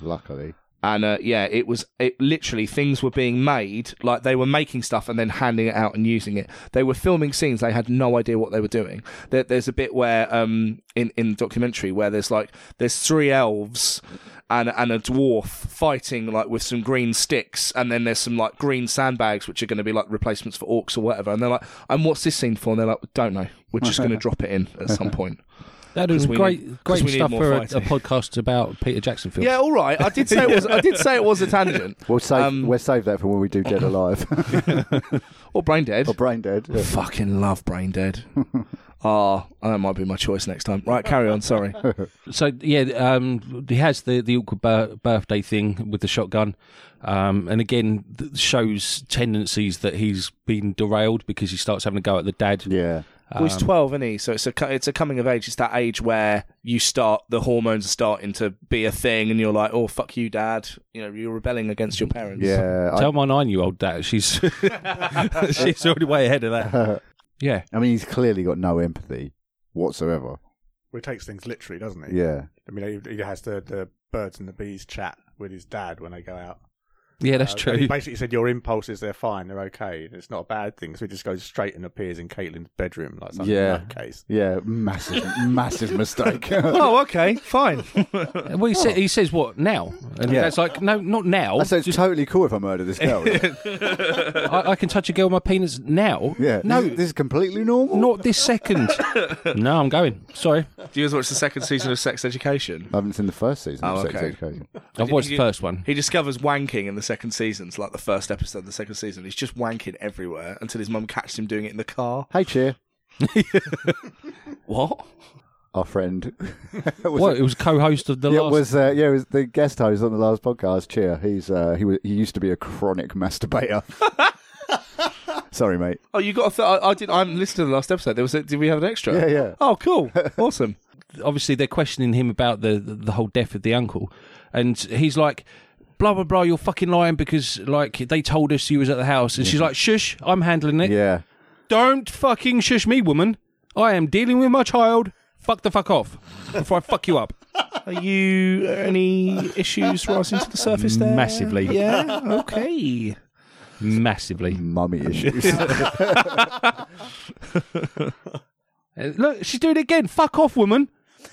C: Luckily.
D: And uh, yeah, it was it literally things were being made like they were making stuff and then handing it out and using it. They were filming scenes they had no idea what they were doing. There, there's a bit where um in in the documentary where there's like there's three elves and and a dwarf fighting like with some green sticks and then there's some like green sandbags which are going to be like replacements for orcs or whatever. And they're like, and what's this scene for? And they're like, don't know. We're just going to drop it in at some point.
G: That was
D: 'Cause we
G: great,
D: need- 'cause
G: great
D: we need
G: stuff
D: more
G: for a, a
D: fighting.
G: podcast about Peter Jackson films.
D: Yeah, all right. I did say it was. I did say it was a tangent.
C: We'll save,
D: Um,
C: we'll save that for when we do Dead Alive
D: Or brain dead.
C: or Brain Dead. Yeah.
D: Fucking love Brain Dead. Ah, that might be my choice next time. Right, carry on. Sorry.
G: So yeah, um, he has the the awkward bir- birthday thing with the shotgun, um, and again th- shows tendencies that he's been derailed because he starts having a go at the dad.
C: Yeah.
D: well, he's twelve, isn't he? So it's a co- it's a coming of age. It's that age where you start the hormones are starting to be a thing, and you're like, oh fuck you, dad. You know, you're rebelling against your parents.
C: Yeah. I-
G: Tell my nine year old that she's she's already way ahead of that. Yeah.
C: I mean, he's clearly got no empathy whatsoever.
E: Well, he takes things literally, doesn't he?
C: Yeah.
E: I mean, he, he has the, the birds and the bees chat with his dad when they go out.
G: Yeah, that's
E: Uh,
G: true.
E: and He basically said, "Your impulses, they're fine, they're okay. It's not a bad thing." So he just goes straight and appears in Caitlin's bedroom, like something
C: Yeah.
E: in that case.
C: Yeah, massive, massive mistake.
H: Oh, okay, fine.
G: Well, he, sa- he says what now, and
C: Yeah.
G: that's like no, not now.
C: I say it's totally cool if I murder this girl.
G: I, I can touch a girl with my penis now.
C: yeah.
G: no,
C: This, this is completely normal.
G: not this second. no, I'm going. Sorry,
D: Do you guys watch the second season of Sex Education?
C: I haven't seen the first season of
D: Oh,
C: Sex
D: okay.
C: Education.
G: I've watched the
D: you-
G: first one.
D: He discovers wanking in the second season. It's like the first episode of the second season. He's just wanking everywhere until his mum catches him doing it in the car.
C: Hey, cheer.
G: What?
C: Our friend. was
G: Well, it was co-host of the
C: Yeah,
G: last.
C: was uh, yeah, it was the guest host on the last podcast. Cheer, he's uh, he was, he used to be a chronic masturbator. Sorry, mate.
D: Oh, you got a th- I, I did. I'm listening to the last episode. There was. A, did we have an extra?
C: Yeah, yeah.
D: Oh, cool. awesome.
G: obviously they're questioning him about the the whole death of the uncle, and he's like. Blah blah blah! You're fucking lying because like they told us you was at the house, and she's like, "Shush, I'm handling it.
C: Yeah,
G: Don't fucking shush me, woman. I am dealing with my child. Fuck the fuck off before I fuck you up."
H: Are you uh, any issues rising to the surface there?
G: Massively.
H: Yeah. Okay.
G: Massively.
C: mummy issues.
G: Uh, Look, she's doing it again. Fuck off, woman.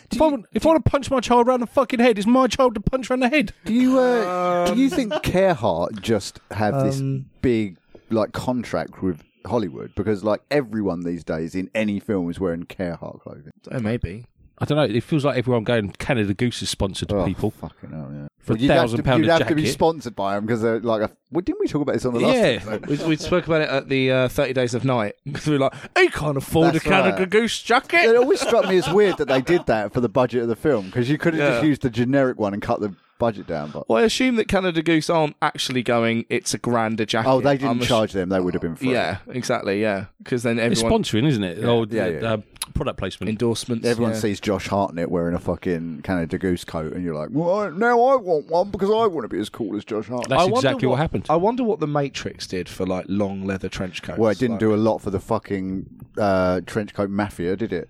G: If, I, want- if I want to punch my child round the fucking head, it's my child to punch round the head.
C: do you uh, do you
G: Um,
C: think Carehart just have this big like contract with Hollywood because like everyone these days in any film is wearing Carehart clothing?
D: Oh, maybe.
G: I don't know. It feels like everyone going Canada Goose is sponsored
C: Oh,
G: people
C: fucking hell, yeah.
G: for a
C: You'd have,
G: thousand
C: to,
G: pound
C: you'd
G: a
C: have to
G: jacket.
C: be sponsored by them because they're like, a, well, didn't we talk about this on the last?
G: Yeah.
C: episode?
D: We, we spoke about it at the uh, 30 Days of Night. 'Cause we were like, I can't afford
C: That's
D: a can
C: right.
D: of goose jacket.
C: It always struck me as weird that they did that for the budget of the film because you could have just
D: Yeah.
C: used the generic one and cut the budget down. But
D: Well, I assume that Canada Goose aren't actually going, it's a grander jacket.
C: oh, they didn't
D: I'm ass-
C: charge them; they would have been free.
D: Yeah, exactly. Yeah. Because then
G: It's
D: everyone.
G: sponsoring, isn't it? or
C: yeah, yeah.
G: Uh, product placement.
D: endorsements.
C: Everyone
D: yeah.
C: sees Josh Hartnett wearing a fucking Canada Goose coat, and you're like, "Well, I, now I want one because I want to be as cool as Josh Hartnett."
G: That's
D: I wonder
G: exactly what, happened.
D: I wonder what the Matrix did for like long leather trench coats.
C: well, it didn't
D: like,
C: do a lot for the fucking uh, trench coat mafia, did it?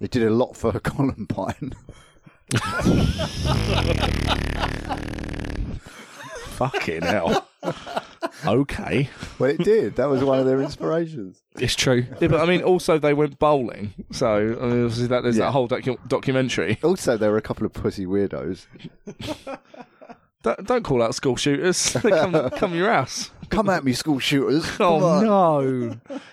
C: It did a lot for Columbine.
D: fucking hell. okay.
C: well, it did. That was one of their inspirations.
G: it's true.
D: Yeah, but I mean, also they went bowling, so I mean, obviously that there's
C: Yeah.
D: that whole docu- documentary.
C: Also, there were a couple of pussy weirdos.
D: Don't, don't call out school shooters; they come come to your house.
C: Come at me, school shooters! Come
D: Oh
C: on.
D: no!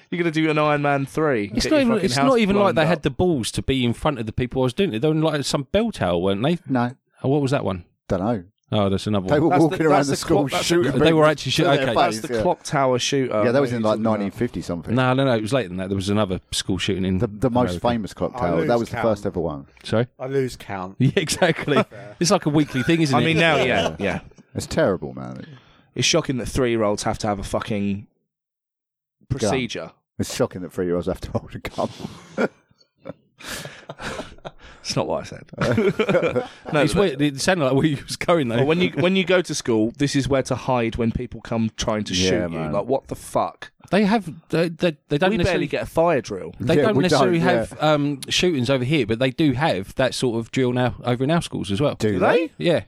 D: You're gonna do an Iron Man three.
G: It's
D: Get
G: not
D: your
G: even.
D: fucking
G: It's
D: house
G: not even like
D: blown
G: they
D: up.
G: had the balls to be in front of the people I was doing it. They were in like some bell tower, weren't they?
C: no,
G: Oh, what was that one?
C: don't know.
G: Oh, that's another
C: They were
G: one.
D: That's the-
C: walking around
D: that's
C: the
D: the
C: school
D: clock- that's the-
C: shooting.
G: They
C: people
G: were actually shooting-
C: to their
G: okay.
C: face,
D: That's the
C: yeah.
D: clock tower shooter.
C: Yeah, that was
D: What
C: in
D: are you
C: like
D: talking about?
C: 1950 something.
G: No, no, no. It was later than that. There was another school shooting in
C: The, the most
G: America.
C: famous clock
E: I
C: tower.
E: lose
C: That was
E: count.
C: the first ever one.
G: Sorry.
E: I lose count.
G: Yeah, exactly. it's like a weekly thing, isn't
D: I
G: it?
D: mean, now, yeah, yeah.
C: It's terrible, man.
D: It's shocking that three year olds have to have a fucking procedure.
C: It's shocking that three-year-olds have to hold a gun.
D: It's not what I said. no,
G: it's
D: but-
G: weird. It sounded like where you was going though.
D: Well, when you when you go to school, this is where to hide when people come trying to
C: Yeah,
D: shoot
C: man.
D: you. Like what the fuck?
G: they have, they they, they don't
D: we
G: necessarily
D: barely get a fire drill.
G: They
C: Yeah,
G: don't
C: we
G: necessarily
C: don't,
G: have um, shootings over here, but they do have that sort of drill now over in our schools as well.
C: Do they?
G: Yeah,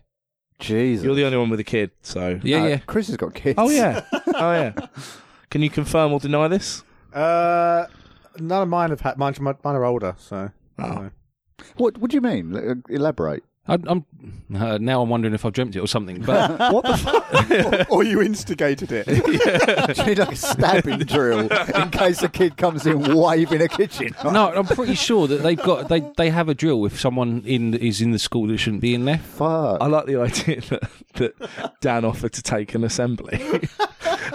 C: Jesus.
D: You're the only one with a kid, so
G: yeah,
C: Uh,
G: yeah.
C: Chris has got kids.
D: Oh yeah, oh yeah. Can you confirm or deny this?
E: Uh, none of mine have had. Mine, mine are older, so. Oh.
C: What? What do you mean? L- Elaborate.
G: I, I'm uh, now I'm wondering if I dreamt it or something. But
E: What the fuck? or you instigated it.
C: do you need like a stabbing drill in case a kid comes in waving a kitchen?
G: no, I'm pretty sure that they've got they, they have a drill if someone in is in the school that shouldn't be in there.
C: Fuck.
D: I like the idea that, that Dan offered to take an assembly.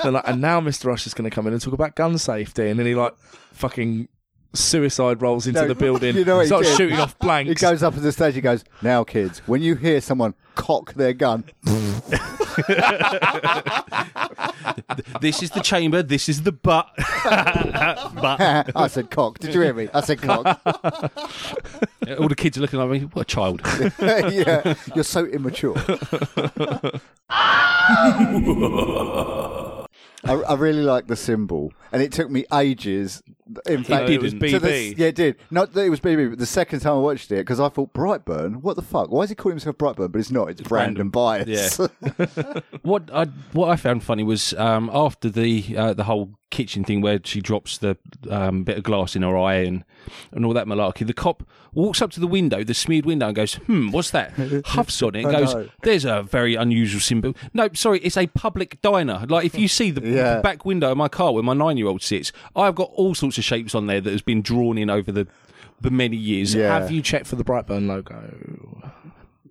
D: They're like, and now Mr. Rush is going to come in and talk about gun safety, and then he like fucking suicide rolls into
C: No,
D: the building,
C: you know what he
D: starts
C: did?
D: shooting off blanks.
C: He goes up to the stage. He goes, "Now, kids, when you hear someone cock their gun,
G: This is the chamber. This is the butt.
C: I said cock. Did you hear me? I said cock.
G: All the kids are looking at me. What a child!
C: yeah, you're so immature. I, I really like the symbol, and it took me ages In fact,
D: did, it was
C: to the-
D: BB.
C: yeah, it did. Not that it was BB, but the second time I watched it, because I thought Brightburn, what the fuck? Why is he calling himself Brightburn? But it's not. It's, Brandon, Bias. Yeah.
G: What I what I found funny was um, after the uh, the whole kitchen thing where she drops the um, bit of glass in her eye and and all that malarkey. The cop walks up to the window, the smeared window, and goes, "Hmm, what's that?" Huffs on it, and
C: I
G: goes,
C: know.
G: "There's a very unusual symbol." No, sorry, it's a public diner. Like if you see the,
C: Yeah.
G: the back window of my car where my nine year old sits, I've got all sorts of shapes on there that has been drawn in over the the many years.
C: Yeah.
D: Have you checked for the Brightburn logo?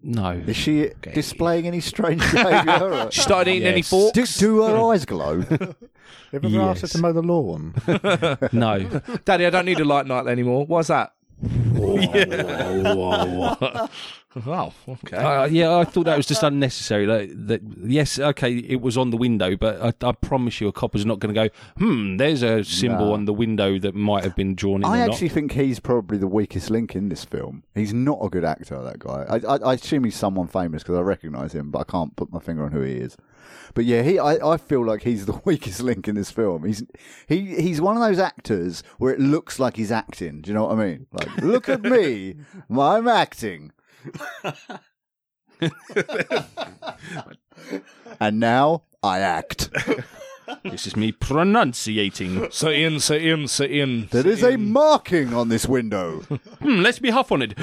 G: No.
C: Is she displaying any strange behaviour?
G: She started eating any Yes. fork?
C: do, do her eyes glow?
E: Have you ever asked her to mow the lawn?
G: No.
D: Daddy, I don't need a light night anymore. What's that? Oh, okay.
G: Uh, yeah, I thought that was just unnecessary. Like, that, yes, okay, it was on the window, but I, I promise you, a cop is not going to go. Hmm, there's a symbol on the window that might have been drawn in.
C: I
G: or not."
C: actually think he's probably the weakest link in this film. He's not a good actor, that guy. I, I, I assume he's someone famous because I recognise him, but I can't put my finger on who he is. But yeah, he I, I feel like he's the weakest link in this film. He's he he's one of those actors where it looks like he's acting. Do you know what I mean? Like, look at me, I'm acting. and now I act.
G: this is me pronunciating.
D: So in, so in, so in.
C: There is a marking on this window.
G: Hmm, let me huff on it.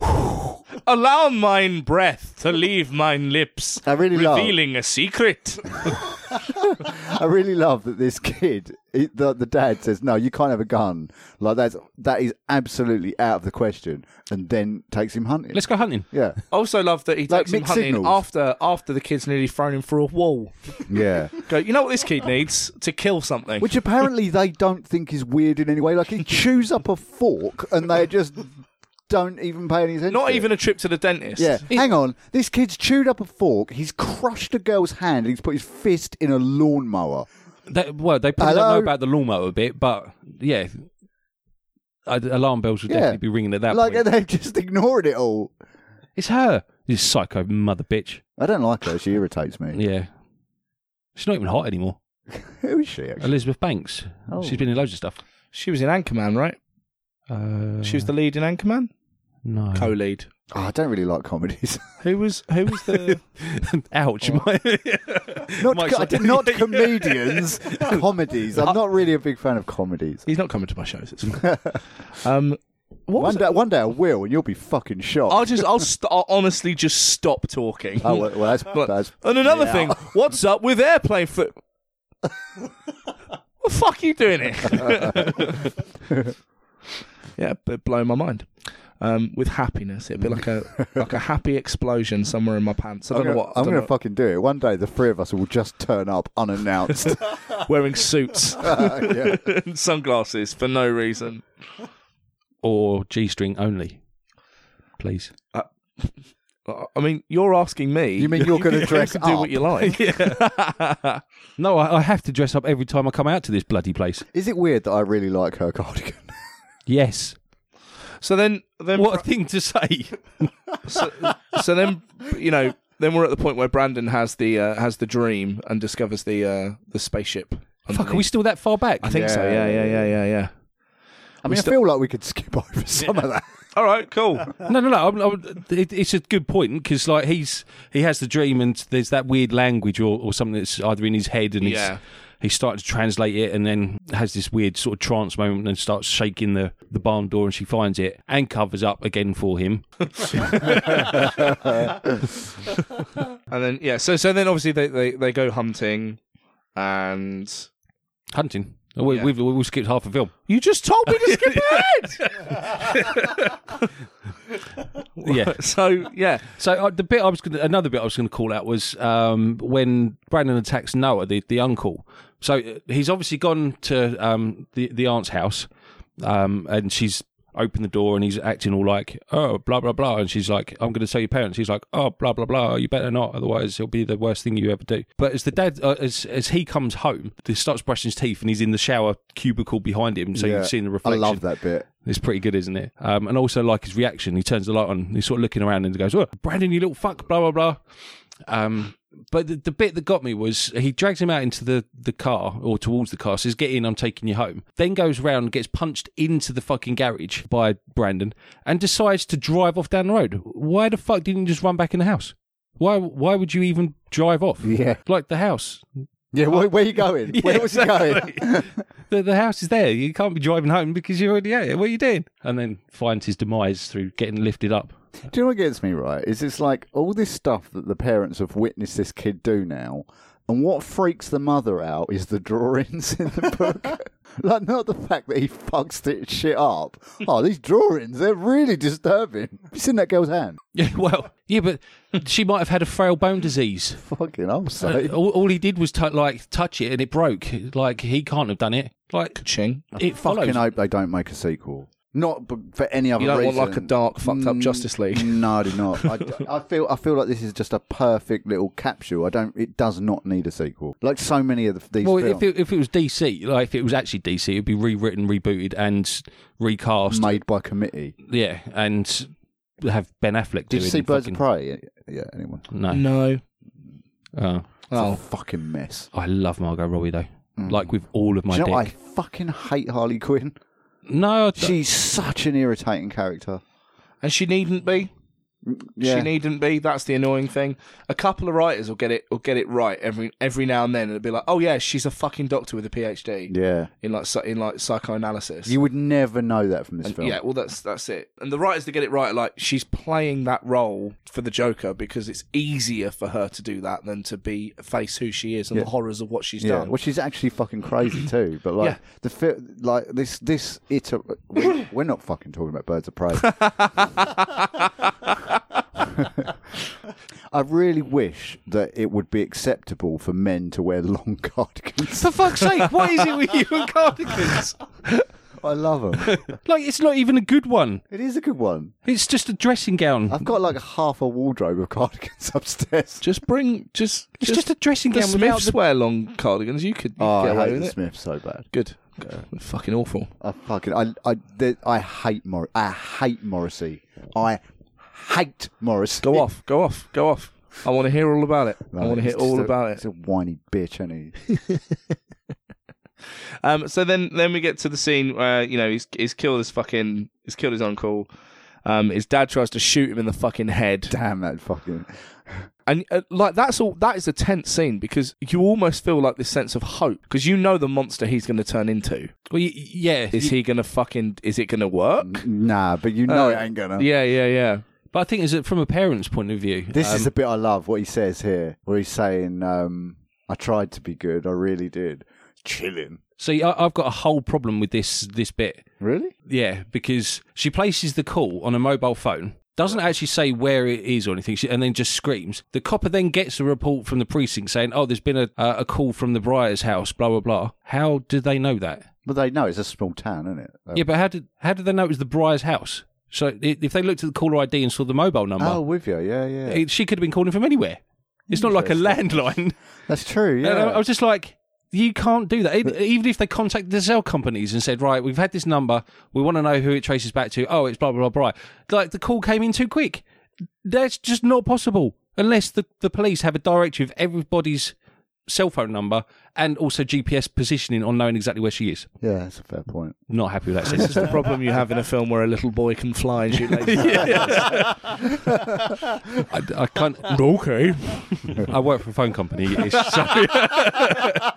D: Allow mine breath to leave mine lips,
C: I really love.
D: revealing a secret.
C: I really love that this kid, he, the, the dad says, "No, you can't have a gun. Like that's that is absolutely out of the question." And then takes him hunting.
G: Let's go hunting.
C: yeah,
D: Also, love that he
C: Like
D: takes him
C: mixed
D: hunting
C: signals.
D: after after the kid's nearly thrown him through a wall.
C: yeah.
D: Go, you know what this kid needs to kill something.
C: Which apparently they don't think is weird in any way. Like he chews up a fork, and they just don't even pay any attention.
D: Not
C: to it.
D: even a trip to the dentist.
C: Yeah, hang on. This kid's chewed up a fork. He's crushed a girl's hand. and He's put his fist in a lawnmower.
G: They, well, they probably
C: Hello?
G: don't know about the lawnmower a bit, but yeah, uh, the alarm bells would
C: Yeah.
G: definitely be ringing at that
C: Like
G: point.
C: and they've just ignored it all.
G: It's her. This psycho mother bitch.
C: I don't like her. She irritates me.
G: Yeah, she's not even hot anymore.
C: Who is she? Actually?
G: Elizabeth Banks.
C: Oh.
G: She's been in loads of stuff.
D: She was in Anchorman, right?
G: Uh,
D: She was the lead in Anchorman.
G: no.
D: Co-lead.
C: Oh, I don't really like comedies.
D: Who was who was the
G: Ouch.
C: Not,
G: Mike's
C: co-
G: like-
C: I did- not comedians, comedies. I'm not really a big fan of comedies.
D: He's not coming to my shows. It's fine. um,
C: One
D: what was it?
C: day, one day I will, and you'll be fucking shocked.
D: I'll just I'll, st- I'll honestly just stop talking.
C: oh, well, well, that's,
D: But-
C: that's
D: and another
C: yeah.
D: thing, what's up with airplane foot? what the fuck are you doing here? yeah, but blowing my mind. Um, with happiness, it'd be like a like a happy explosion somewhere in my pants. I
C: I'm
D: don't
C: gonna,
D: know what. I
C: I'm
D: don't
C: gonna
D: know-
C: fucking do it. One day, the three of us will just turn up unannounced.
D: wearing suits
C: Uh, Yeah.
D: and sunglasses for no reason.
G: or G string only, please.
D: I- I mean, you're asking me.
C: You mean you're gonna
D: can-
C: dress
D: you can do
C: up?
D: what you like?
G: No, I, I have to dress up every time I come out to this bloody place.
C: Is it weird that I really like her cardigan?
G: Yes.
D: So then, then
G: What a thing to say.
D: so then you know then we're at the point where Brandon has the uh, has the dream and discovers the uh, the spaceship.
G: Fuck, are we still that far back?
D: I think so. Yeah, yeah, yeah, yeah, yeah.
C: I mean, I feel like we could skip over some of that.
D: All right, cool.
G: No, no, no. I'm, I'm, it, it's a good point because, like, he's he has the dream, and there's that weird language or, or something that's either in his head, and
D: Yeah.
G: he's he's starting to translate it, and then has this weird sort of trance moment, and starts shaking the the barn door, and she finds it and covers up again for him.
D: And then yeah, so so then obviously they they, they go hunting, and
G: Hunting. Oh, We,
D: Yeah.
G: We've we skipped half a film.
D: you just told me to skip ahead.
G: Yeah.
D: so yeah,
G: So uh, the bit I was gonna, another bit I was going to call out was um, when Brandon attacks Noah, the, the uncle. So uh, he's obviously gone to um, the the aunt's house, um, and she's opened the door, and he's acting all like, "Oh, blah blah blah," and she's like, "I'm going to tell your parents." He's like, "Oh, blah blah blah. You better not, otherwise it'll be the worst thing you ever do." But as the dad, uh, as as he comes home, he starts brushing his teeth, and he's in the shower cubicle behind him, so you
C: Yeah.
G: can see the
C: I
G: reflection.
C: love that bit.
G: It's pretty good, isn't it? Um, and also like his reaction. He turns the light on. He's sort of looking around and goes, "Oh, Brandon, you little fuck!" Blah blah blah. Um, But the, the bit that got me was he drags him out into the, the car or towards the car, says, Get in, I'm taking you home. Then goes round and gets punched into the fucking garage by Brandon and decides to drive off down the road. Why the fuck didn't you just run back in the house? Why why would you even drive off?
C: Yeah.
G: Like the house.
C: Yeah, where, where you going? where was you going?
G: The, the house is there. You can't be driving home because you're already out here. What are you doing? And then finds his demise through getting lifted up.
C: Do you know what gets me right? Is it's like all this stuff that the parents have witnessed this kid do now, and what freaks the mother out is the drawings in the book. like, not the fact that he fucks this shit up. Oh, these drawings, they're really disturbing. You seen that girl's hand?
G: Yeah, well, yeah, but she might have had a frail bone disease.
C: Fucking hell,
G: Uh,
C: so.
G: all, all he did was tou like touch it and it broke. Like he can't have done it. Like
D: Ching.
G: it
C: fucking
G: follows.
C: hope they don't make a sequel. Not b- for any other
D: You don't
C: reason.
D: want like a dark, fucked up
C: Mm,
D: Justice League.
C: No, I do not. I, I feel I feel like this is just a perfect little capsule. I don't. It does not need a sequel. Like so many of the, these
G: Well,
C: films
G: if it, if it was DC, like if it was actually DC, it'd be rewritten, rebooted, and recast.
C: made by committee.
G: Yeah, and have Ben
C: Did
G: Affleck. do
C: you
G: it
C: see
G: and
C: Birds
G: fucking-
C: of Prey? Yeah, anyone? It's
G: No.
D: No.
G: Oh.
C: a fucking mess.
G: I love Margot Robbie though. Like with all of my
C: Mm. Do you know what? I
G: dick.
C: fucking hate Harley Quinn.
G: No, I don't.
C: She's such an irritating character.
D: And she needn't be.
C: Yeah.
D: She needn't be. That's the annoying thing. A couple of writers will get it will get it right every every now and then. It'll be like, oh yeah, she's a fucking doctor with a PhD
C: yeah.
D: in like psy- in like psychoanalysis.
C: You would never know that from this film.
D: yeah, well that's that's it. And the writers that get it right, are like she's playing that role for the Joker because it's easier for her to do that than to be face who she is and the horrors of what she's
C: Yeah,
D: done.
C: well, she's actually fucking crazy too. But like
D: Yeah.
C: the fi- like this this iter- we, we're not fucking talking about Birds of Prey. I really wish that it would be acceptable for men to wear long cardigans.
G: For fuck's sake, what is it with you and cardigans?
C: I love them.
G: Like it's not even a good one.
C: It is a good one.
G: It's just a dressing gown.
C: I've got like half a wardrobe of cardigans upstairs.
D: just bring just
G: it's just, a dressing
D: the
G: gown without
D: Smiths
G: the
D: wear long cardigans. You could you
C: Oh,
D: could get
C: I
D: away
C: hate
D: with
C: the
D: it.
C: Smith so bad.
D: Good. Fucking awful.
C: I fucking I I the- I hate Mor I hate Morrissey. I hate Morrissey.
D: Go off, go off, go off. I want to hear all about it. I want to hear
C: He's just
D: all
C: a-
D: about it.
C: He's a whiny bitch, and he
D: Um, so then, then we get to the scene where you know he's he's killed his fucking he's killed his uncle. Um, his dad tries to shoot him in the fucking head,
C: damn that fucking.
D: and uh, like that's all. That is a tense scene because you almost feel like this sense of hope because you know the monster he's going to turn into.
G: Well, y- yeah.
D: Is he going to fucking? Is it going to work?
C: Nah, but you know it ain't gonna.
D: Uh, Yeah, yeah, yeah.
G: But I think is it from a parent's point of view. uh,
C: This
D: um,
C: is the bit I love. What he says here, where he's saying, um, "I tried to be good, I really did." Chilling,
G: See, I, I've got a whole problem with this this bit.
C: really?
G: Yeah, because she places the call on a mobile phone, doesn't actually say where it is or anything, she, and then just screams. The copper then gets a report from the precinct saying, "Oh, there's been a uh, a call from the Briars' house." Blah blah blah. How did they know that?
C: Well, they know it's a small town, isn't it? Uh,
G: Yeah, but how did how did they know it was the Briars' house? So i- if they looked at the caller ID and saw the mobile number,
C: Oh, with you, yeah, yeah.
G: it- she could have been calling from anywhere. It's not like a landline.
C: That's true. Yeah,
G: And I, I was just like, you can't do that. E- Even if they contacted the cell companies and said, right, we've had this number, we want to know who it traces back to. Oh, it's blah, blah, blah, blah. Like the call came in too quick. That's just not possible unless the, the police have a directory of everybody's cell phone number and also GPS positioning on knowing exactly where she is.
C: yeah. That's a fair point.
G: Not happy with that
D: This is
G: system.
D: the problem you have in a film where a little boy can fly and shoot lasers.
G: I, I can't. Okay. I work for a phone company. It's, so, I,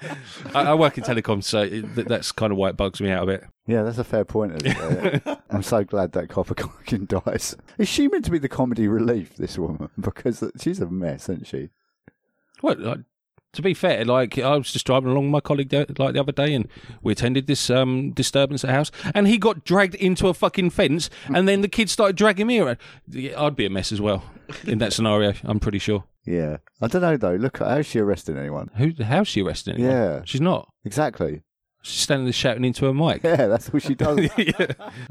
G: I work in telecom, so it, th- that's kind of why it bugs me out a bit.
C: Yeah, that's a fair point. isn't it? Yeah. I'm so glad that copper fucking dies. Is she meant to be the comedy relief, this woman? Because she's a mess, isn't she?
G: Well, like, to be fair, like I was just driving along with my colleague the- like the other day, and we attended this um, disturbance at the house, and he got dragged into a fucking fence, and then the kids started dragging me around. Yeah, I'd be a mess as well in that scenario. I'm pretty sure.
C: Yeah. I don't know, though. Look, how's she arresting anyone?
G: Who? How's she arresting? Anyone?
C: Yeah.
G: she's not.
C: Exactly.
G: She's standing there shouting into her mic.
C: Yeah, that's all she does.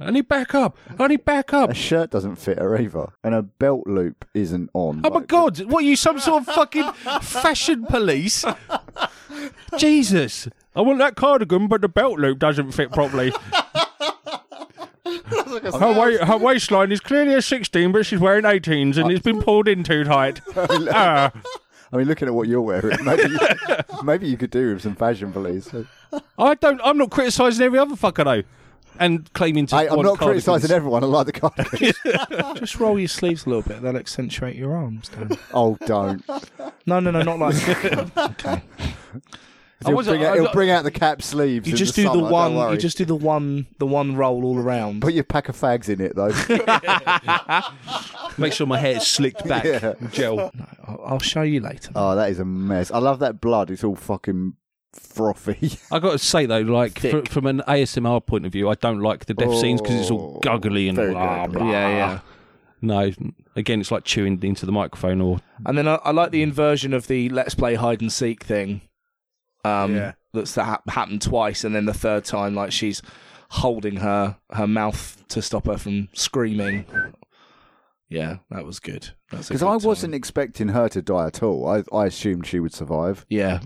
G: I need back up. I need back up.
C: Her shirt doesn't fit her either, and her belt loop isn't on.
G: Oh my
C: Like,
G: god, what are you, some sort of fucking fashion police? Jesus. I want that cardigan, but the belt loop doesn't fit properly. her, wa- her waistline is clearly a 16, but she's wearing 18s and it's been pulled in too tight. Ah.
C: I mean, looking at what you're wearing, maybe maybe you could do with some fashion police.
G: I don't. I'm not criticising every other fucker though, and claiming to.
C: Hey, I'm
G: want
C: not
G: cardigans.
C: criticising everyone. I like the cardigan.
D: Just roll your sleeves a little bit. They'll accentuate your arms. Dan.
C: oh, don't.
D: No, no, no, not like.
G: I
C: He'll
G: wasn't-
C: bring, out,
G: I-
C: he'll bring out the cap sleeves.
D: You
C: in
D: just
C: the
D: do
C: summer,
D: the
C: don't
D: one.
C: worry.
D: You just do the one. The one roll all around.
C: put your pack of fags in it though.
G: Make sure my hair is slicked back.
C: Yeah.
G: Gel.
D: I'll, I'll show you later.
C: oh, that is a mess. I love that blood. It's all fucking frothy.
G: I got to say though, like fr-
D: Thick.
G: from an ASMR point of view, I don't like the death scenes because it's all
C: Oh,
G: guggly and
C: very
G: blah,
C: good.
G: blah.
D: Yeah, yeah.
G: No, again, it's like chewing into the microphone or
D: And then I, I like the inversion of the let's play hide and seek thing. Um,
E: Yeah.
D: That's that hap happened twice, and then the third time, like she's holding her her mouth to stop her from screaming. Yeah, that was good. That's a
C: Because
D: good
C: I
D: time.
C: wasn't expecting her to die at all. I, I assumed she would survive.
D: Yeah,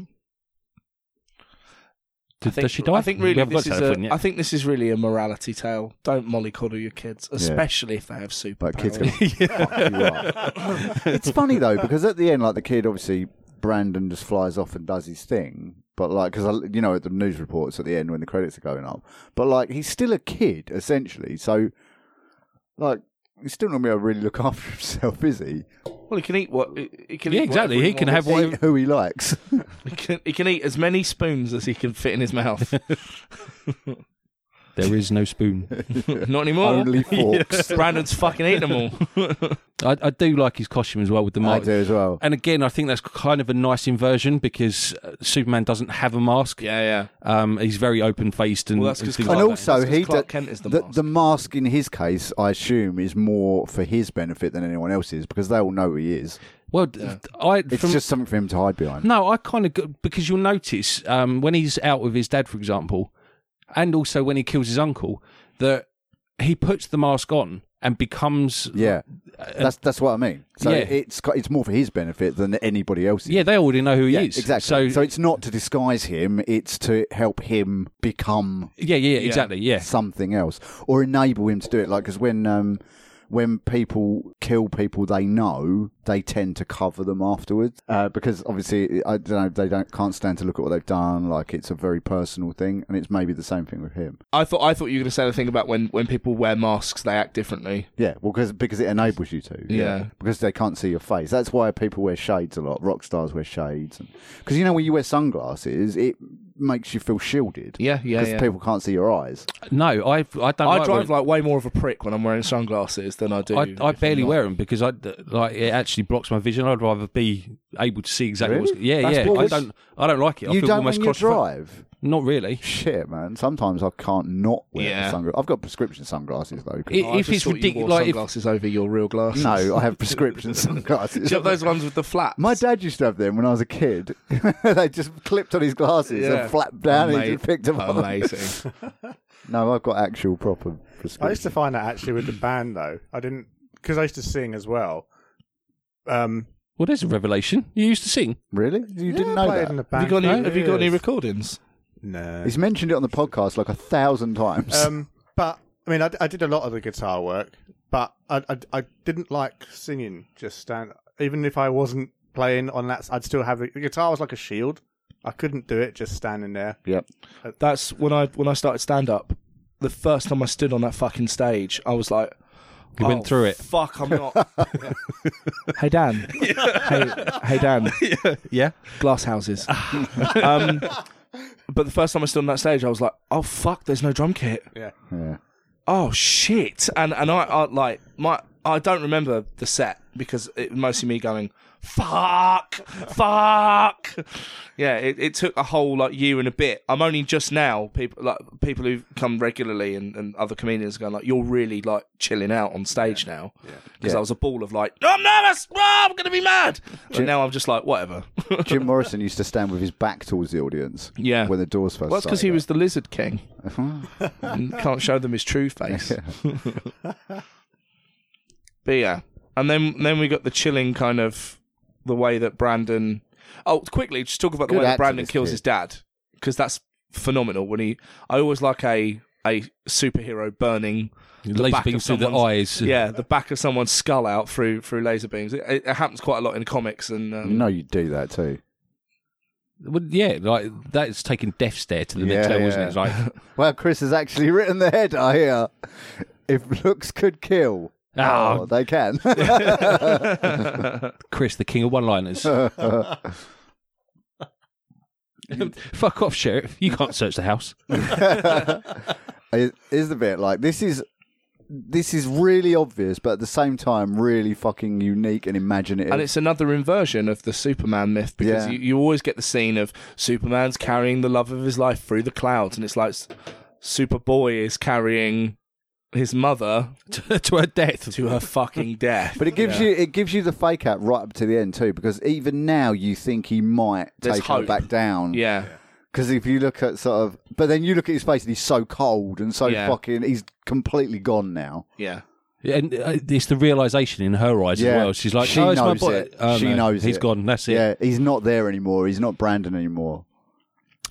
G: Did,
D: I think,
G: does she die?
D: I think
G: We
D: really
G: haven't got
D: this
G: to
D: is
G: that
D: a,
G: point yet.
D: I think this is really a morality tale. Don't mollycoddle your kids, especially if they have super.
C: But kids going fuck you up. It's funny though because at the end, like the kid, obviously Brandon just flies off and does his thing. But like, because you know, the news reports at the end when the credits are going up. But like, he's still a kid essentially. So, like, he's still not going to really look after himself, is he?
D: Well, he can eat what he he can.
G: Yeah,
D: eat
G: exactly.
D: whatever
G: He can
D: wants.
G: have what-
C: Eat who he likes.
D: He can, he can eat as many spoons as he can fit in his mouth.
G: there is no spoon.
D: Not anymore.
C: Only forks.
D: Brandon's fucking eating them all.
G: I, I do like his costume as well with the
C: I
G: mic.
C: do as well.
G: And again, I think that's kind of a nice inversion because uh, Superman doesn't have a mask.
D: Yeah, yeah.
G: Um, he's very open faced and,
D: Well, that's
G: and
D: 'cause
G: things
D: Clark-
G: like
C: and
D: that.
C: also,
D: That's 'cause
C: he
D: Clark
C: d-
D: Kent is the
C: the,
D: mask.
C: the mask in his case, I assume, is more for his benefit than anyone else's because they all know who he is.
G: well, d- I
C: It's
G: from-
C: just something for him to hide behind.
G: no, I kind of because you'll notice um, when he's out with his dad, for example, and also when he kills his uncle, that he puts the mask on and becomes
C: Yeah,
D: Uh,
C: that's that's what I mean. So
G: yeah.
C: it's got, it's more for his benefit than anybody else's.
G: Yeah, they already know who he
C: Yeah,
G: is.
C: exactly. So,
G: So,
C: it's not to disguise him; it's to help him become
G: yeah, yeah, exactly. Yeah.
C: something else or enable him to do it. Like because when um, when people kill people they know, they tend to cover them afterwards uh, because obviously I don't know they don't can't stand to look at what they've done. Like it's a very personal thing, and it's maybe the same thing with him.
D: I thought I thought you were going to say the thing about when, when people wear masks, they act differently.
C: Yeah, well, cause, because it enables you to.
D: Yeah.
C: Because they can't see your face. That's why people wear shades a lot. Rock stars wear shades. Because, you know, when you wear sunglasses, it makes you feel shielded.
D: Yeah, yeah,
C: Because
D: yeah.
C: people can't see your eyes.
G: No, I I don't.
D: I
G: like
D: drive
G: wearing-
D: like way more of a prick when I'm wearing sunglasses than I do. if
G: I, I
D: I'm
G: barely
D: not.
G: wear them because I like it actually blocks my vision. I'd rather be able to see exactly. What's,
C: Really?
G: yeah,
C: That's
G: yeah.
C: what
G: I
C: was-
G: don't. I don't like it. I
C: you
G: feel
C: don't
G: almost
C: when you
G: claustrophobic.
C: drive.
G: Not really.
C: Shit, man. Sometimes I can't not wear
D: Yeah.
C: sunglasses. I've got prescription sunglasses, though. 'cause-
G: If-
D: Oh, I
G: if
D: just
G: it's
D: thought you
G: ridiculous,
D: wore
G: like if-
D: sunglasses over your real glasses.
C: no, I have prescription sunglasses.
D: Do you have those ones with the flaps?
C: My dad used to have them when I was a kid. they just clipped on his glasses
D: Yeah. Oh,
C: and flapped down and he
D: Ama-
C: just picked them up.
D: Amazing.
C: No, I've got actual proper prescription.
E: I used to find that actually with the band though. I didn't because I used to sing as well. Um,
G: Well, there's a revelation. You used to sing.
C: Really? You
E: yeah,
C: didn't
E: I
C: know
E: played
C: that?
E: in the
D: have
E: band
D: you got
E: for
D: any? Have you got any
E: years.
D: recordings?
E: No.
C: He's mentioned it on the podcast like a thousand times.
E: Um, but I mean, I, I did a lot of the guitar work, but I, I, I didn't like singing. Just stand, even if I wasn't playing on that, I'd still have the, the guitar was like a shield. I couldn't do it just standing there.
C: yep.
D: That's when I when I started stand up. The first time I stood on that fucking stage, I was like,
G: You
D: "Oh,
G: went through it.
D: Fuck, I'm not. hey Dan. hey, hey Dan.
G: Yeah.
D: glass houses. um, but the first time I stood on that stage, I was like, "Oh fuck, there's no drum kit.
E: Yeah.
C: Yeah.
D: Oh shit!" And and I, I like my I don't remember the set because it was mostly me going, "Fuck, fuck." Yeah, it, it took a whole like year and a bit. I'm only just now people like people who come regularly and, and other comedians are going like, "You're really like chilling out on stage now," because I was a ball of like, "I'm nervous, ah, I'm gonna be mad," but now I'm just like, whatever.
C: Jim Morrison used to stand with his back towards the audience.
D: Yeah.
C: When the doors first.
D: Well, that's because he was the Lizard King.
C: was.
D: and can't show them his true face. but yeah, and then then we got the chilling kind of the way that Brandon. Oh, quickly, just talk about the
C: Good
D: way that
C: actor,
D: Brandon
C: this
D: kills
C: kid.
D: his dad because that's phenomenal. When he, I always like a a superhero burning the
G: Laser
D: back
G: beams
D: of
G: through the
D: someone's-
G: eyes.
D: Yeah, the back of someone's skull out through through laser beams. It, it happens quite a lot in comics, and um,
C: No, you do that too.
G: Well, yeah, like that's taking death stare to the next
C: Yeah,
G: level, isn't it?
C: yeah.
G: It's like
C: Well, Chris has actually written the head, I hear. If looks could kill,
G: Ah.
C: oh, they can.
G: Chris, the king of one-liners. Fuck off, sheriff! You can't search the house.
C: It is the bit like this is this is really obvious, but at the same time, really fucking unique and imaginative.
D: and it's another inversion of the Superman myth because
C: Yeah.
D: you, you always get the scene of Superman's carrying the love of his life through the clouds, and it's like S- Superboy is carrying his mother
G: to, to her death.
D: to her fucking death.
C: but it gives you it gives you the fake out right up to the end too, because even now you think he might
D: There's
C: take her
D: hope.
C: back down.
D: yeah,
C: Because if you look at sort of, but then you look at his face and he's so cold and so
D: Yeah.
C: fucking, he's completely gone now.
D: yeah.
G: and uh, it's the realization in her eyes as
C: Yeah.
G: well. She's like,
C: She
G: "Oh, it's my
C: knows
G: boy."
C: it.
G: Oh,
C: She
G: no,
C: knows
G: he's
C: it.
G: gone. That's it.
C: Yeah, he's not there anymore. He's not Brandon anymore.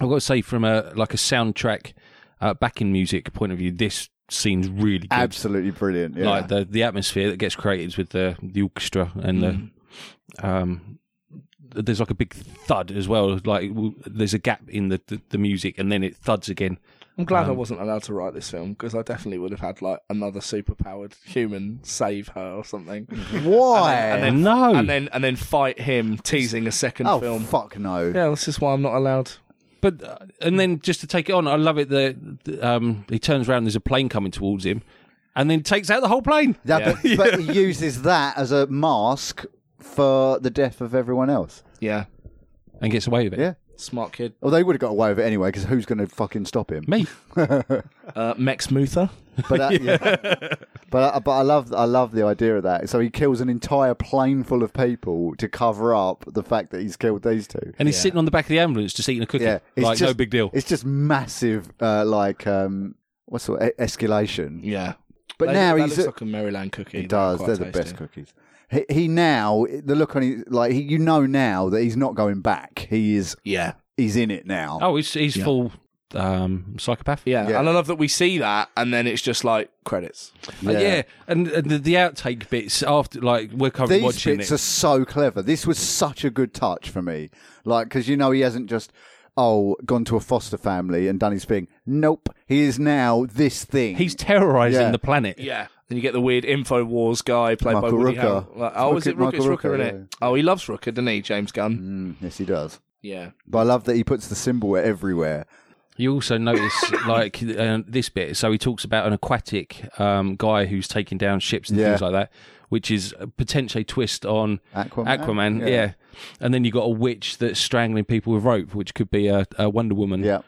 G: I've got to say, from a like a soundtrack, uh, backing music point of view, this scene's really good.
C: Absolutely brilliant. Yeah.
G: Like the the atmosphere that gets created with the the orchestra and
C: Mm.
G: the um. There's like a big thud as well. Like w- there's a gap in the, the, the music, and then it thuds again.
D: I'm glad I wasn't allowed to write this film because I definitely would have had like another superpowered human save her or something,
C: Mm-hmm. Why?
D: and then
G: No.
D: and then and then fight him, teasing a second
C: oh
D: film.
C: fuck no!
D: Yeah, this is why I'm not allowed.
G: But uh, and then just to take it on, I love it. The, the um, he turns around. There's a plane coming towards him, and then takes out the whole plane.
C: Yeah, But, but he uses that as a mask for the death of everyone else.
D: Yeah,
G: and gets away with it.
C: Yeah.
D: smart kid.
C: Well, they would have got away with it anyway, because who's going to fucking stop him?
G: Me.
D: Uh, Max Muther.
C: But uh, yeah. but I- but I love I love the idea of that. So he kills an entire plane full of people to cover up the fact that he's killed these two.
G: And he's sitting on the back of the ambulance just eating a cookie.
C: Yeah, it's
G: like no
C: just-
G: big deal.
C: It's just massive, uh, like um, what's the e- escalation?
D: Yeah,
C: But
D: They-
C: now
D: that
C: he's
D: looks like a Maryland cookie.
C: He does. They're the best cookies. He, he now the look on his like he, you know now that he's not going back. He is
D: Yeah.
C: he's in it now.
G: Oh, he's he's full um, psychopath.
D: yeah,
C: Yeah.
D: and I love that we see that, and then it's just like credits.
G: Uh, yeah. And, and the, the outtake bits after, like we're currently
C: These
G: watching
C: bits
G: it.
C: are so clever. This was such a good touch for me. Like because you know he hasn't just oh gone to a foster family and done his thing. Nope, he is now this thing.
G: He's terrorizing
C: Yeah.
G: the planet.
D: Yeah. And you get the weird Info Wars guy played by
C: Michael
D: Woody
C: Rooker.
D: Harrel- Like, oh, is it Rooker?
C: Michael
D: It's Rooker,
C: Rooker,
D: isn't it? Oh, he loves Rooker, doesn't he, James Gunn?
C: Mm, yes, he does.
D: Yeah.
C: But I love that he puts the symbol everywhere.
G: You also notice like uh, this bit. So he talks about an aquatic um, guy who's taking down ships and
C: Yeah.
G: things like that, which is a potentially twist on
C: Aquaman?
G: Aquaman,
C: Yeah.
G: yeah. And then you got a witch that's strangling people with rope, which could be a, a Wonder Woman.
C: Yeah,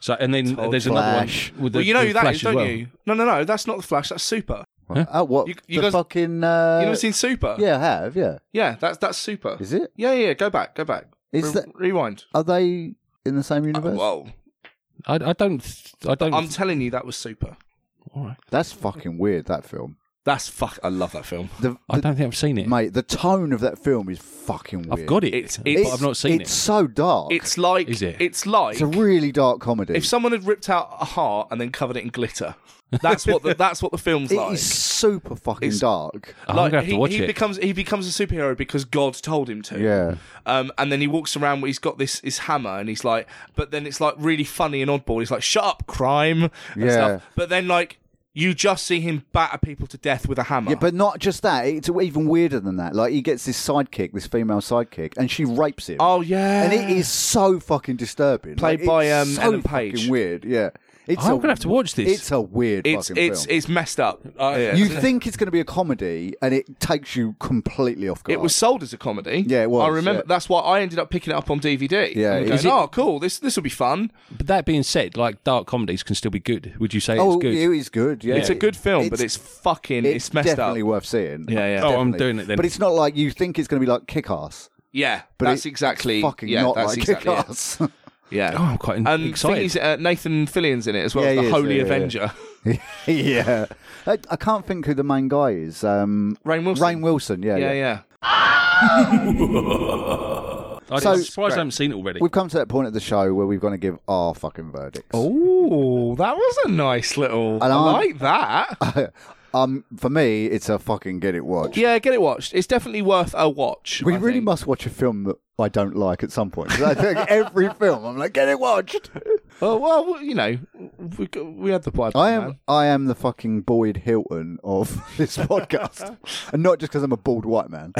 G: So and then there's
C: Flash.
G: another one. With the,
D: well, you know
G: the
D: who that
G: Flash
D: is,
G: as
D: don't
G: well.
D: you? No, no, no. That's not the Flash. That's Super.
C: Oh, what
D: You- you
C: the
D: guys-
C: fucking? Uh,
D: You never seen Super?
C: yeah, I have. Yeah,
D: Yeah. That's that's Super.
C: is it?
D: Yeah, yeah. Go back. Go back.
C: Is
D: Re-
C: that- Oh,
D: rewind?
C: Are they in the
D: Uh,
C: same universe?
D: Whoa.
G: I, I don't. th- I don't.
D: I'm telling you, that was Super.
C: That's fucking weird. That film,
D: That's fuck. I love that film.
C: the,
G: I don't think I've seen it.
C: mate, the tone of that film is fucking weird.
G: I've got it.
D: It's-
G: but
D: it's-
G: I've not seen
C: It's
G: it.
C: so dark. It's,
D: It's like
G: Is it?
D: it's like
C: a really dark comedy.
D: if someone had ripped out a heart and then covered it in glitter. That's what the, that's what the film's
C: It is
D: like.
C: super fucking
D: It's-
C: dark.
G: I'm
D: like
G: gonna have
D: he,
G: to watch
D: he
G: it.
D: becomes he becomes a superhero because God told him to.
C: Yeah,
D: Um, and then he walks around. He's got this his hammer, and he's like, but then it's like really funny and oddball. He's like, shut up, crime. and
C: Yeah.
D: stuff. But then like you just see him batter people to death with a hammer.
C: yeah, but not just that. It's even weirder than that. Like he gets this sidekick, this female sidekick, and she rapes him.
D: oh yeah,
C: and it is so fucking disturbing.
D: Played
C: Like,
D: by,
C: it's
D: um,
C: so
D: Ellen Page.
C: fucking weird. Yeah, it's
G: I'm
C: a-
G: gonna have to watch this.
C: It's a weird
D: it's
C: fucking
D: it's,
C: film.
D: it's messed up. Uh, Yeah.
C: you think it's going to be a comedy, and it takes you completely off guard.
D: it was sold as a comedy.
C: Yeah, it was,
D: I remember.
C: yeah.
D: That's why I ended up picking it up on DVD.
C: Yeah,
D: and
C: it-
D: going,
C: Is it-
D: oh cool, this this will be fun.
G: But that being said, like dark comedies can still be good. Would you say
C: oh,
G: it's good?
C: it is good. Yeah,
D: It's a good film, but it's fucking it's,
C: it's
D: messed up.
C: definitely worth seeing.
D: Yeah, yeah.
G: oh, I'm
C: Definitely.
G: doing it then.
C: But it's not like you think it's going to be like kick ass.
D: Yeah,
C: But
D: that's
C: it-
D: exactly
C: it's fucking
D: yeah,
C: not
D: that's
C: like
D: exactly
C: kick
D: it.
C: ass.
D: Yeah.
G: oh, I'm quite
D: And
G: excited.
D: Thing is, uh, Nathan Fillion's in it as well,
C: Yeah,
D: as the
C: he is,
D: Holy
C: yeah, yeah.
D: Avenger.
C: yeah, I, I can't think who the main guy is. Um,
D: Rainn Wilson.
C: Rain Wilson. Yeah,
D: Yeah,
C: yeah.
D: yeah.
G: I
C: So-
G: am surprised I haven't seen it already.
C: We've come to that point of the show where we've got to give our fucking verdicts.
D: Oh, Ooh, that was a nice little. I
C: I'm-
D: like that.
C: Um, for me, it's a fucking get it watch.
D: yeah, get it watched. It's definitely worth a watch.
C: We
D: I
C: really
D: think.
C: must watch a film that I don't like at some point. 'Cause I think every film, I'm like, get it watched.
D: Oh, well, you know, we, we had the pipe.
C: I am,
D: man.
C: I am the fucking Boyd Hilton of this podcast, and not just because I'm a bald white man.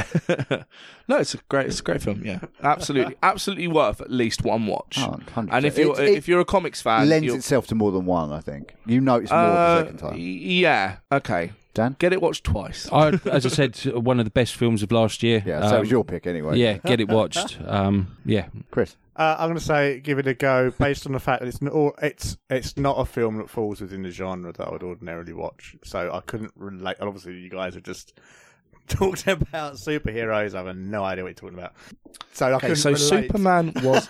D: No, it's a great, it's a great film. Yeah, absolutely, absolutely worth at least one watch.
C: Oh, 100%.
D: and if you are
C: It- it
D: if you're a comics fan,
C: Lends
D: you'll-
C: itself to more than one, I think. You notice more
D: Uh,
C: the second time.
D: Yeah. Okay.
C: Dan?
D: Get it watched twice.
G: I, as I said, one of the best films of last year.
C: Yeah, so
G: Um,
C: it was your pick anyway.
G: Yeah, get it watched. Um, yeah,
C: Chris.
E: Uh, I'm going to say give it a go based on the fact that it's not it's it's not a film that falls within the genre that I would ordinarily watch. So I couldn't relate. and Obviously, you guys have just talked about superheroes. I have no idea what you're talking about. So I
D: okay.
E: couldn't
D: So
E: relate.
D: Superman was.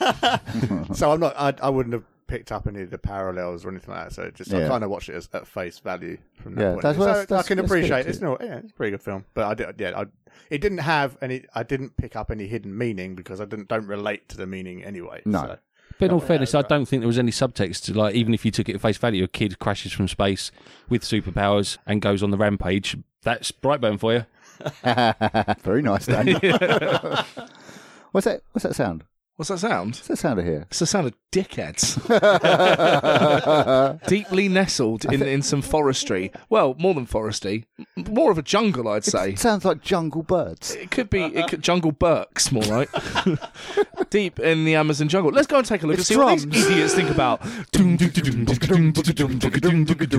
E: So I'm not. I, I wouldn't have picked up any of the parallels or anything like that. So just I
C: Yeah.
E: kind of watched it as, at face value from that
C: Yeah,
E: point.
C: that's
E: so
C: what- that's-
E: I
C: that's-
E: can
C: that's good,
E: appreciate it.
C: yeah.
E: it's not. Yeah, it's a pretty good film. But I did. Yeah, I, it didn't have any. I didn't pick up any hidden meaning because I didn't don't relate to the meaning anyway.
C: No.
E: So.
G: but in all fairness, I don't think there was any subtext. To, like, even if you took it at face value, a kid crashes from space with superpowers and goes on the rampage. That's Brightburn for you.
C: Very nice, Dan. what's that? What's that sound?
D: What's that sound?
C: What's that sound of here?
D: It's the sound of dickheads deeply nestled in, in some forestry. Well, more than forestry, m- more of a jungle, I'd say.
C: It sounds like jungle birds.
D: It could be it could, jungle burks, more like deep in the Amazon jungle. Let's go and take a look
C: It's
D: and see what
C: drums.
D: these idiots think about.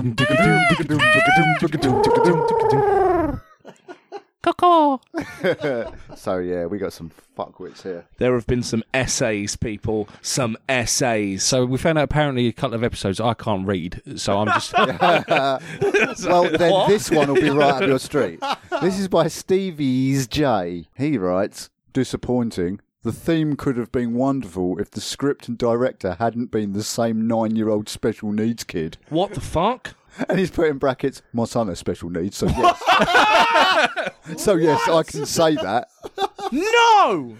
C: so yeah, we got some fuckwits here.
D: There have been some essays, people. Some essays.
G: So we found out apparently a couple of episodes I can't read, so I'm just
C: Well, then this one will be right up your street. This is by Stevie's J. He writes, disappointing. The theme could have been wonderful if the script and director hadn't been the same nine-year-old special needs kid.
D: what the fuck?
C: And he's put in brackets, my son has special needs, so yes. so yes, I can say that.
D: No!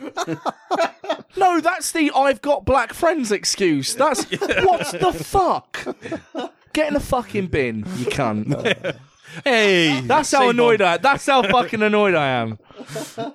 D: no, that's the I've got black friends excuse. That's what the fuck? Get in the fucking bin, you cunt. hey, that's how annoyed I. That's how fucking annoyed I am.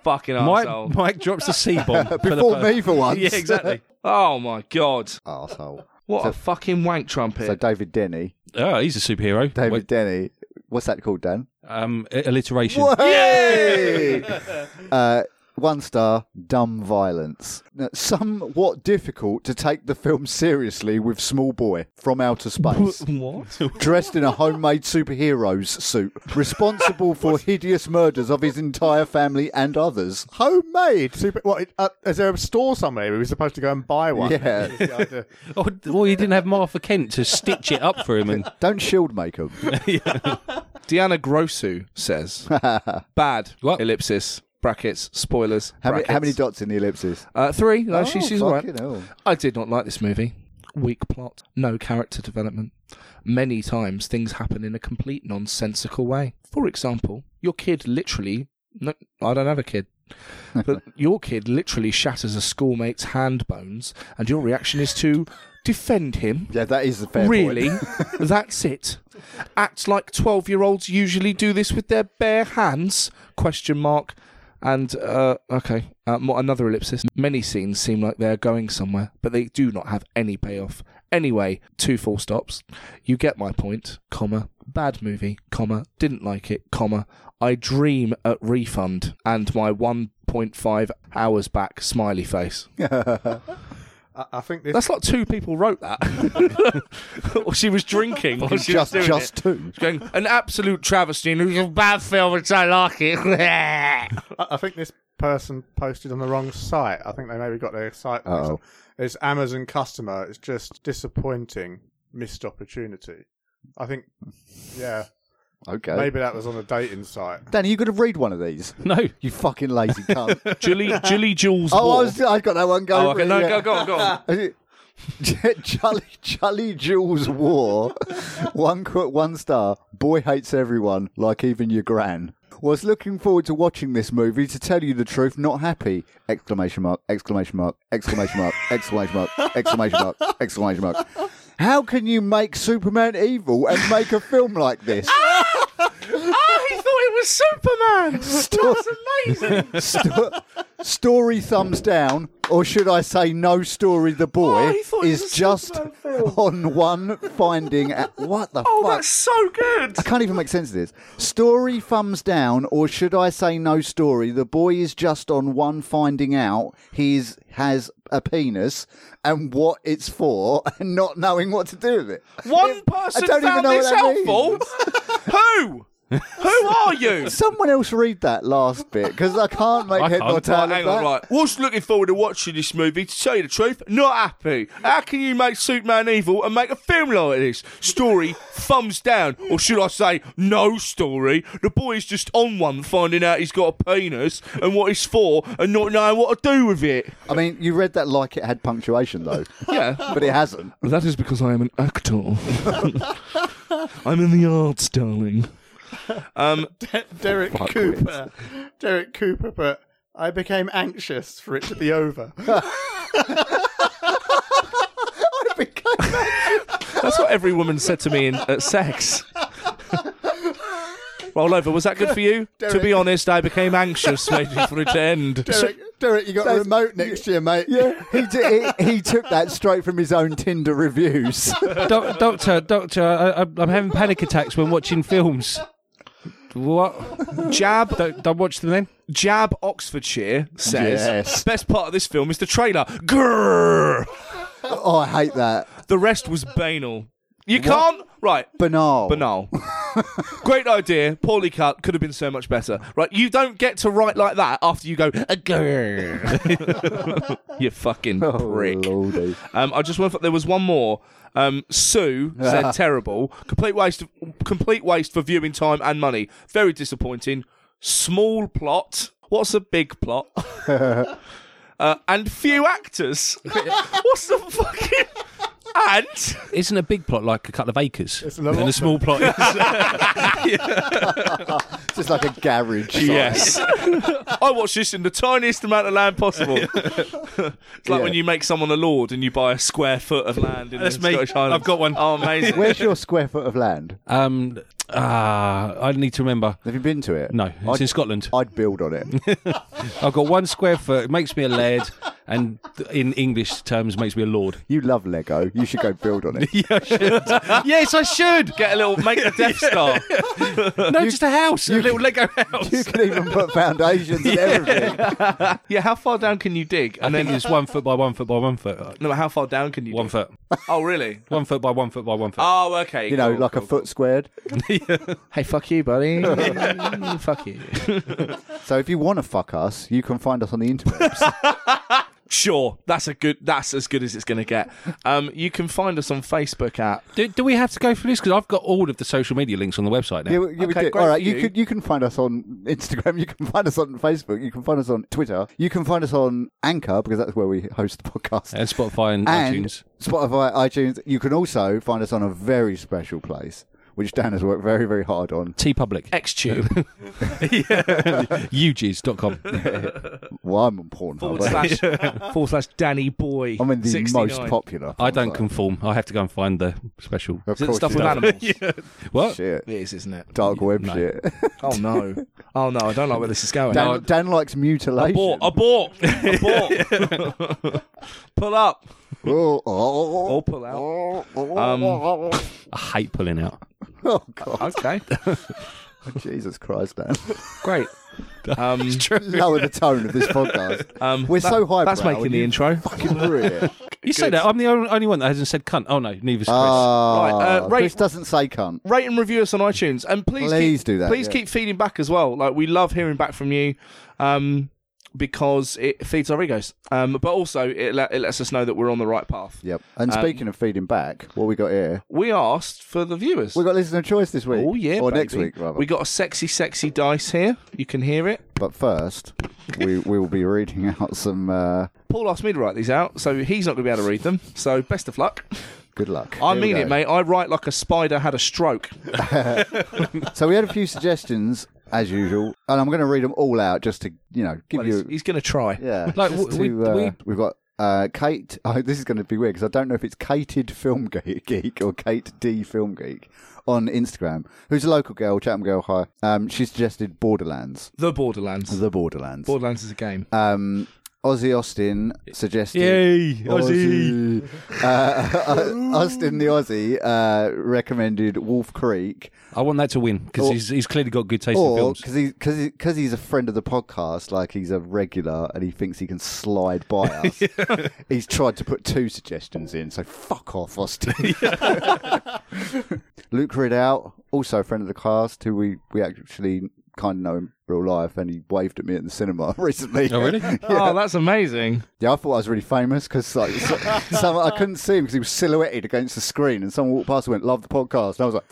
D: Fucking
G: Mike,
D: asshole.
G: Mike drops a C bomb for the
C: Before
G: first-
C: me for once.
G: Yeah, exactly.
D: Oh my god!
C: Asshole.
D: What a fucking wank trumpet.
C: So David Denny.
G: Oh, he's a superhero.
C: David
G: Wait,
C: Denny. What's that called, Dan?
G: um, alliteration.
C: Yay! uh, one star, dumb violence. Now, Somewhat difficult to take the film seriously with Small Boy from outer space,
D: what?
C: dressed in a homemade superhero's suit, responsible for hideous murders of his entire family and others.
E: Homemade super. What? it- Uh, is there a store somewhere where we're supposed to go and buy one?
C: Yeah.
E: Is the idea.
G: Oh, well, he didn't have Martha Kent to stitch it up for him, and
C: Don't shield make him.
D: Deanna Grossu says bad
G: What?
D: ellipsis brackets spoilers.
C: How many, how many
D: brackets.
C: dots in the ellipses? Oh,
D: uh, three. No, she, she's all right.
C: fucking hell.
D: I did not like this movie. Weak plot, no character development. Many times things happen in a complete nonsensical way. For example, your kid literally. No, I don't have a kid. But your kid literally shatters a schoolmate's hand bones, and your reaction is to defend him.
C: Yeah, that is the fair
D: really?
C: point.
D: That's it. Act like twelve-year-olds usually do this with their bare hands? Question mark. And uh, okay, uh, mo- another ellipsis. Many scenes seem like they're going somewhere, but they do not have any payoff. Anyway, two full stops. You get my point. Comma. Bad movie. Comma. Didn't like it. Comma. I dream at refund and my 1.5 hours back smiley face.
E: I, I think this.
D: That's like two people wrote that. or she was drinking. Or she
C: just
D: was doing
C: just
D: it.
C: two.
D: She's going, an absolute travesty. And it's a bad film. It's I like it.
E: I, I think this person posted on the wrong site. I think they maybe got their site. mixed
C: Uh-oh.
E: up. It's Amazon customer. It's just disappointing missed opportunity. I think. Yeah,
C: Okay.
E: maybe that was on a dating site.
C: Danny, you could have read one of these.
G: no,
C: You fucking lazy cunt.
D: Julie, Julie Jules.
C: oh,
D: War.
C: I, was, I got that one going.
D: Oh, okay,
C: for
D: no,
C: it,
D: go,
C: yeah.
D: go on, go on.
C: Jolly, Jolly Jules War. One qu- one star. Boy hates everyone, like even your gran. Was looking forward to watching this movie. To tell you the truth, not happy! Exclamation mark! Exclamation mark! Exclamation mark! Exclamation mark! Exclamation mark! Exclamation mark! How can you make Superman evil and make a film like this?
D: oh, he thought it was Superman.
C: Stop.
D: That was amazing.
C: Sto- story thumbs down, or should I say, no story. The
D: Oh,
C: boy
D: he thought it was
C: is
D: a
C: just
D: Superman film.
C: on one finding. At, what the
D: Oh,
C: fuck?
D: that's so good.
C: I can't even make sense of this. Story thumbs down, or should I say no story? The boy is just on one finding out he's has a penis and what it's for, and not knowing what to do with it.
D: One person
C: don't even
D: found
C: know what
D: this
C: that
D: helpful. Who? Who are you?
C: Someone else read that last bit because I can't make
G: I
C: head nor
G: can't.
C: tail of
D: Oh, Hang
C: that.
D: on, right. Was looking forward to watching this movie. To tell you the truth, not happy. How can you make Superman evil and make a film like this? Story thumbs down, or should I say, no story. The boy's just on one, finding out he's got a penis and what it's for, and not knowing what to do with it.
C: I mean, you read that like it had punctuation though,
D: Yeah.
C: but it hasn't.
F: That is because I am an actor. I'm in the arts, darling.
E: De- Derek Cooper. Derek Cooper, but I became anxious for it to be over.
F: That's what every woman said to me in,
G: Uh,
F: at sex.
D: Roll over. Was that good for you?
F: to be honest, I became anxious waiting for it to end.
E: Derek, Derek, you got a remote next year, mate.
C: Yeah, he, d- he he took that straight from his own Tinder reviews.
G: Doc- doctor, doctor, I, I'm I'm having panic attacks when watching films. What?
D: Jab,
G: Don't, don't watch them then.
D: jab. Oxfordshire says
C: Yes.
D: best part of this film is the trailer. Grrr.
C: oh, I hate that.
D: The rest was banal. You can't. Right.
C: Banal.
D: banal. Great idea, poorly cut, could have been so much better. Right, you don't get to write like that after you go, "A grrr." you fucking
C: Oh,
D: prick.
C: lordy.
D: Um, I just want. There was one more. Um, Sue said terrible, complete waste, of, complete waste for viewing time and money. Very disappointing. Small plot. What's a big plot? uh, and few actors. What's the fucking and?
G: Isn't a big plot like a couple of acres?
E: It's a lot.
G: and a small plot is
C: It's just like a garage.
D: Yes. I watch this in the tiniest amount of land possible. it's like
C: Yeah.
D: when you make someone a lord and you buy a square foot of land in the Scottish Highlands.
G: I've got one.
D: Oh, amazing.
C: Where's your square foot of land?
G: Um, ah, I need to remember.
C: Have you been to it?
G: No, it's
C: I'd,
G: in Scotland.
C: I'd build on it.
G: I've got one square foot. It makes me a lad, and th- in English terms, makes me a lord.
C: You love Lego. You should go build on it.
G: yes, I should.
D: Get a little, make the Death Star.
G: No, just a house, a little Lego house.
C: You can even put foundations and everything.
D: yeah, how far down can you dig?
G: And then it's one foot by one foot by one foot. Uh,
D: No, how far down can you
G: One
D: dig?
G: foot.
D: Oh, really?
G: One foot by one foot by one foot.
D: Oh, okay.
C: You know,
D: cool,
C: like
D: cool,
C: a foot squared.
F: Hey, fuck you, buddy.
C: Um,
F: fuck you.
C: So if you want to fuck us, you can find us on the internet.
D: Sure, that's a good. That's as good as it's going to get. Um, you can find us on Facebook at
G: Do, do we have to go through this? Because I've got all of the social media links on the website now.
C: you, you would
D: Okay,
C: do-
D: great
C: All right,
D: for
C: you
D: you.
C: can you can find us on Instagram. You can find us on Facebook. You can find us on Twitter. You can find us on Anchor because that's where we host the podcast.
G: and Uh, Spotify and,
C: and
G: iTunes.
C: Spotify, iTunes. You can also find us on a very special place, which Dan has worked very, very hard on.
G: T Public.
C: Oh,
D: xtube
G: Uges.com.
C: Well, I'm on Pornhub.
D: forward
C: I-
D: slash forward slash Danny Boy.
C: I'm in the
D: 69.
C: most popular.
G: I don't
C: website.
G: conform. I have to go and find the special.
C: Of
D: Is it
C: course
D: stuff
C: you
D: with
C: don't.
D: animals?
G: What?
C: Shit.
D: It is, isn't it?
C: Dark web
G: No.
C: shit.
D: Oh no! Oh no! I don't like where this is going.
C: Dan, Dan likes mutilation.
D: Abort! Abort! Abort! pull up
C: Oh, oh,
D: or pull out.
C: oh, oh,
D: Um,
C: oh,
G: I hate pulling out.
C: oh, God.
D: Okay,
C: Jesus Christ, Dan.
D: great. Um,
C: Lower the tone of this podcast.
D: um,
C: We're so high.
D: That's making the intro.
C: fucking ruin it.
G: You say that. I'm the only only one that hasn't said cunt. Oh, no. Neither's Chris.
C: Ah,
D: uh, rate-
C: Chris doesn't say cunt.
D: Rate and review us on iTunes, and please,
C: Please
D: keep,
C: do that,
D: Please
C: yeah.
D: keep feeding back as well. Like we love hearing back from you, um, because it feeds our egos. Um, but also it, le- it lets us know that we're on the right path.
C: Yep. And
D: Um,
C: speaking of feeding back, what we got here?
D: We asked for the viewers.
C: We got listener choice this week.
D: oh yeah,
C: or
D: baby.
C: next week rather.
D: We got a sexy, sexy dice here. You can hear it.
C: But first, we we will be reading out some. Uh,
D: Paul asked me to write these out, so he's not going to be able to read them. So best of luck.
C: good luck.
D: I
C: Here we
D: mean
C: go.
D: it, mate. I write like a spider had a stroke.
C: So we had a few suggestions as usual, and I'm going to read them all out just to you know give
D: Well,
C: you
D: he's, he's going to try.
C: yeah.
G: Like,
C: just
G: w-
C: to,
G: we-
C: uh,
G: we-
C: we've got uh, Kate. Oh, this is going to be weird because I don't know if it's Kated Film Ge- Geek or Kate D Film Geek on Instagram, who's a local girl, Chatham girl. Hi, um, she suggested Borderlands,
D: The Borderlands.
C: the Borderlands.
D: Borderlands is a game.
C: um, Ozzy Austin suggested. Aussie. Uh, Austin the Aussie uh, recommended Wolf Creek,
G: I want that to win because
C: Or-
G: he's, he's clearly got good taste in
C: or
G: films.
C: because he's because because he's a friend of the podcast, like he's a regular and he thinks he can slide by us. He's tried to put two suggestions in, so fuck off, Austin. Luke Ridout, also a friend of the cast, who we we actually kind of know in real life, and he waved at me at the cinema recently.
G: Oh, really?
D: Oh, that's amazing.
C: Yeah, I thought I was really famous because like so, some, I couldn't see him because he was silhouetted against the screen, and someone walked past and went, "Love the podcast," and I was like,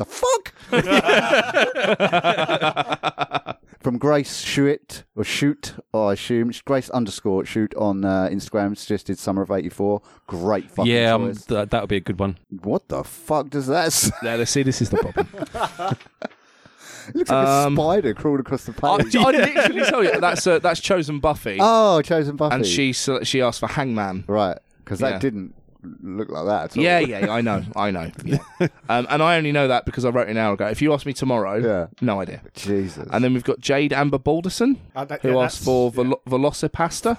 C: "The fuck." From Grace Schuit or Shoot, I assume it's Grace underscore Shoot on uh, Instagram suggested Summer of '84. Great fucking
G: yeah, um,
C: choice.
G: th- that would be a good one.
C: what the fuck does that? Say?
D: Now, let's see, this is the problem.
C: It looks like
D: Um,
C: a spider crawled across the
D: I,
C: page.
D: I literally tell you, that's, uh, that's Chosen Buffy.
C: oh, chosen Buffy.
D: and she, sele- she asked for Hangman.
C: right because that
D: Yeah.
C: didn't look like that. At all.
D: Yeah, yeah, yeah, I know, I know. Yeah. um, and I only know that because I wrote it an hour ago. If you ask me tomorrow,
C: Yeah.
D: no idea.
C: Jesus.
D: And then we've got Jade Amber Balderson,
E: Uh, that-
D: who
E: yeah,
D: asked
E: that's-
D: for Velo- Velocipasta,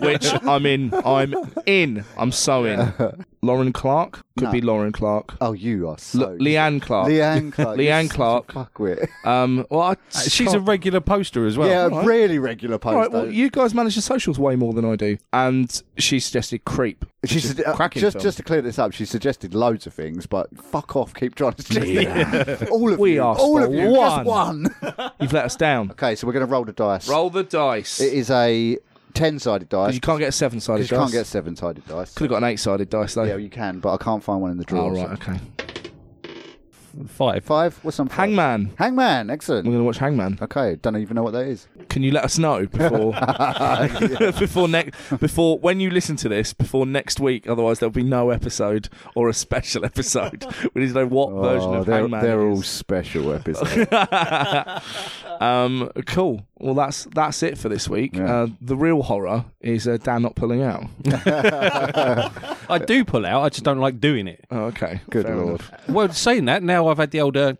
D: which I'm in. I'm in. I'm so in. Lauren Clark could
C: No.
D: be Lauren Clark.
C: oh, you are so.
D: L- Leanne Clark.
C: Leanne Clark.
D: Leanne
C: you
D: Clark.
C: Fuck with.
D: Um, well,
E: Uh,
D: I,
G: She's a regular poster as well.
C: yeah,
D: alright.
C: really regular post.
D: Oh. All right, well,
C: though.
D: you guys manage your socials way more than I do. And she suggested Creep.
C: she
D: She's
C: sugge-
D: cracking
C: just,
D: film.
C: just to clear this up, she suggested loads of things, but fuck off, keep trying to suggest it. All of
D: We
C: you,
D: asked
C: all
D: for
C: of you, just
D: one.
C: one.
D: You've let us down.
C: okay, so we're going to roll the dice.
D: Roll the dice.
C: It is a ten-sided
D: 'Cause
C: dice.
D: you can't get a seven sided
C: 'cause you
D: dice.
C: can't get seven-sided dice.
D: Could have got an eight sided dice, though.
C: Yeah, you can, but I can't find one in the drawer.
D: All right,
C: so-
D: okay.
G: Five.
C: Five. What's on five?
D: Hangman.
C: Hangman.
D: We're
C: Excellent.
D: going to watch Hangman.
C: Okay, don't even know what that is.
D: Can you let us know before before next before when you listen to this before next week? Otherwise, there'll be no episode or a special episode. We need to know what version
C: Oh,
D: of
C: they're,
D: Hangman.
C: they're
D: it
C: all
D: is.
C: special episodes.
D: um, cool. Well, that's that's it for this week.
C: Yeah.
D: Uh, the real horror is uh, Dan not pulling out.
G: I do pull out. I just don't like doing it.
D: oh, okay.
C: Good
D: Fair
C: lord.
D: enough.
G: Well, saying that, now I've had the old. Uh,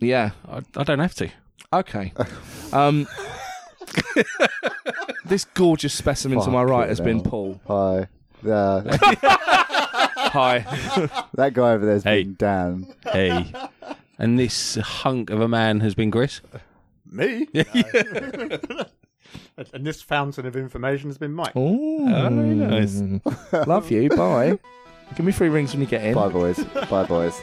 D: Yeah.
G: I, I don't have to.
D: Okay. Um, this gorgeous specimen to my
C: Fucking
D: right has been
C: hell.
D: Paul.
C: Hi. Uh,
D: Hi.
C: that guy over there's
G: Hey.
C: been Dan.
G: Hey. And this hunk of a man has been Chris.
E: Me? and and this fountain of information has been Mike.
D: Ooh. Love you. Bye. Give me three rings when you get in.
C: Bye, boys. Bye, boys.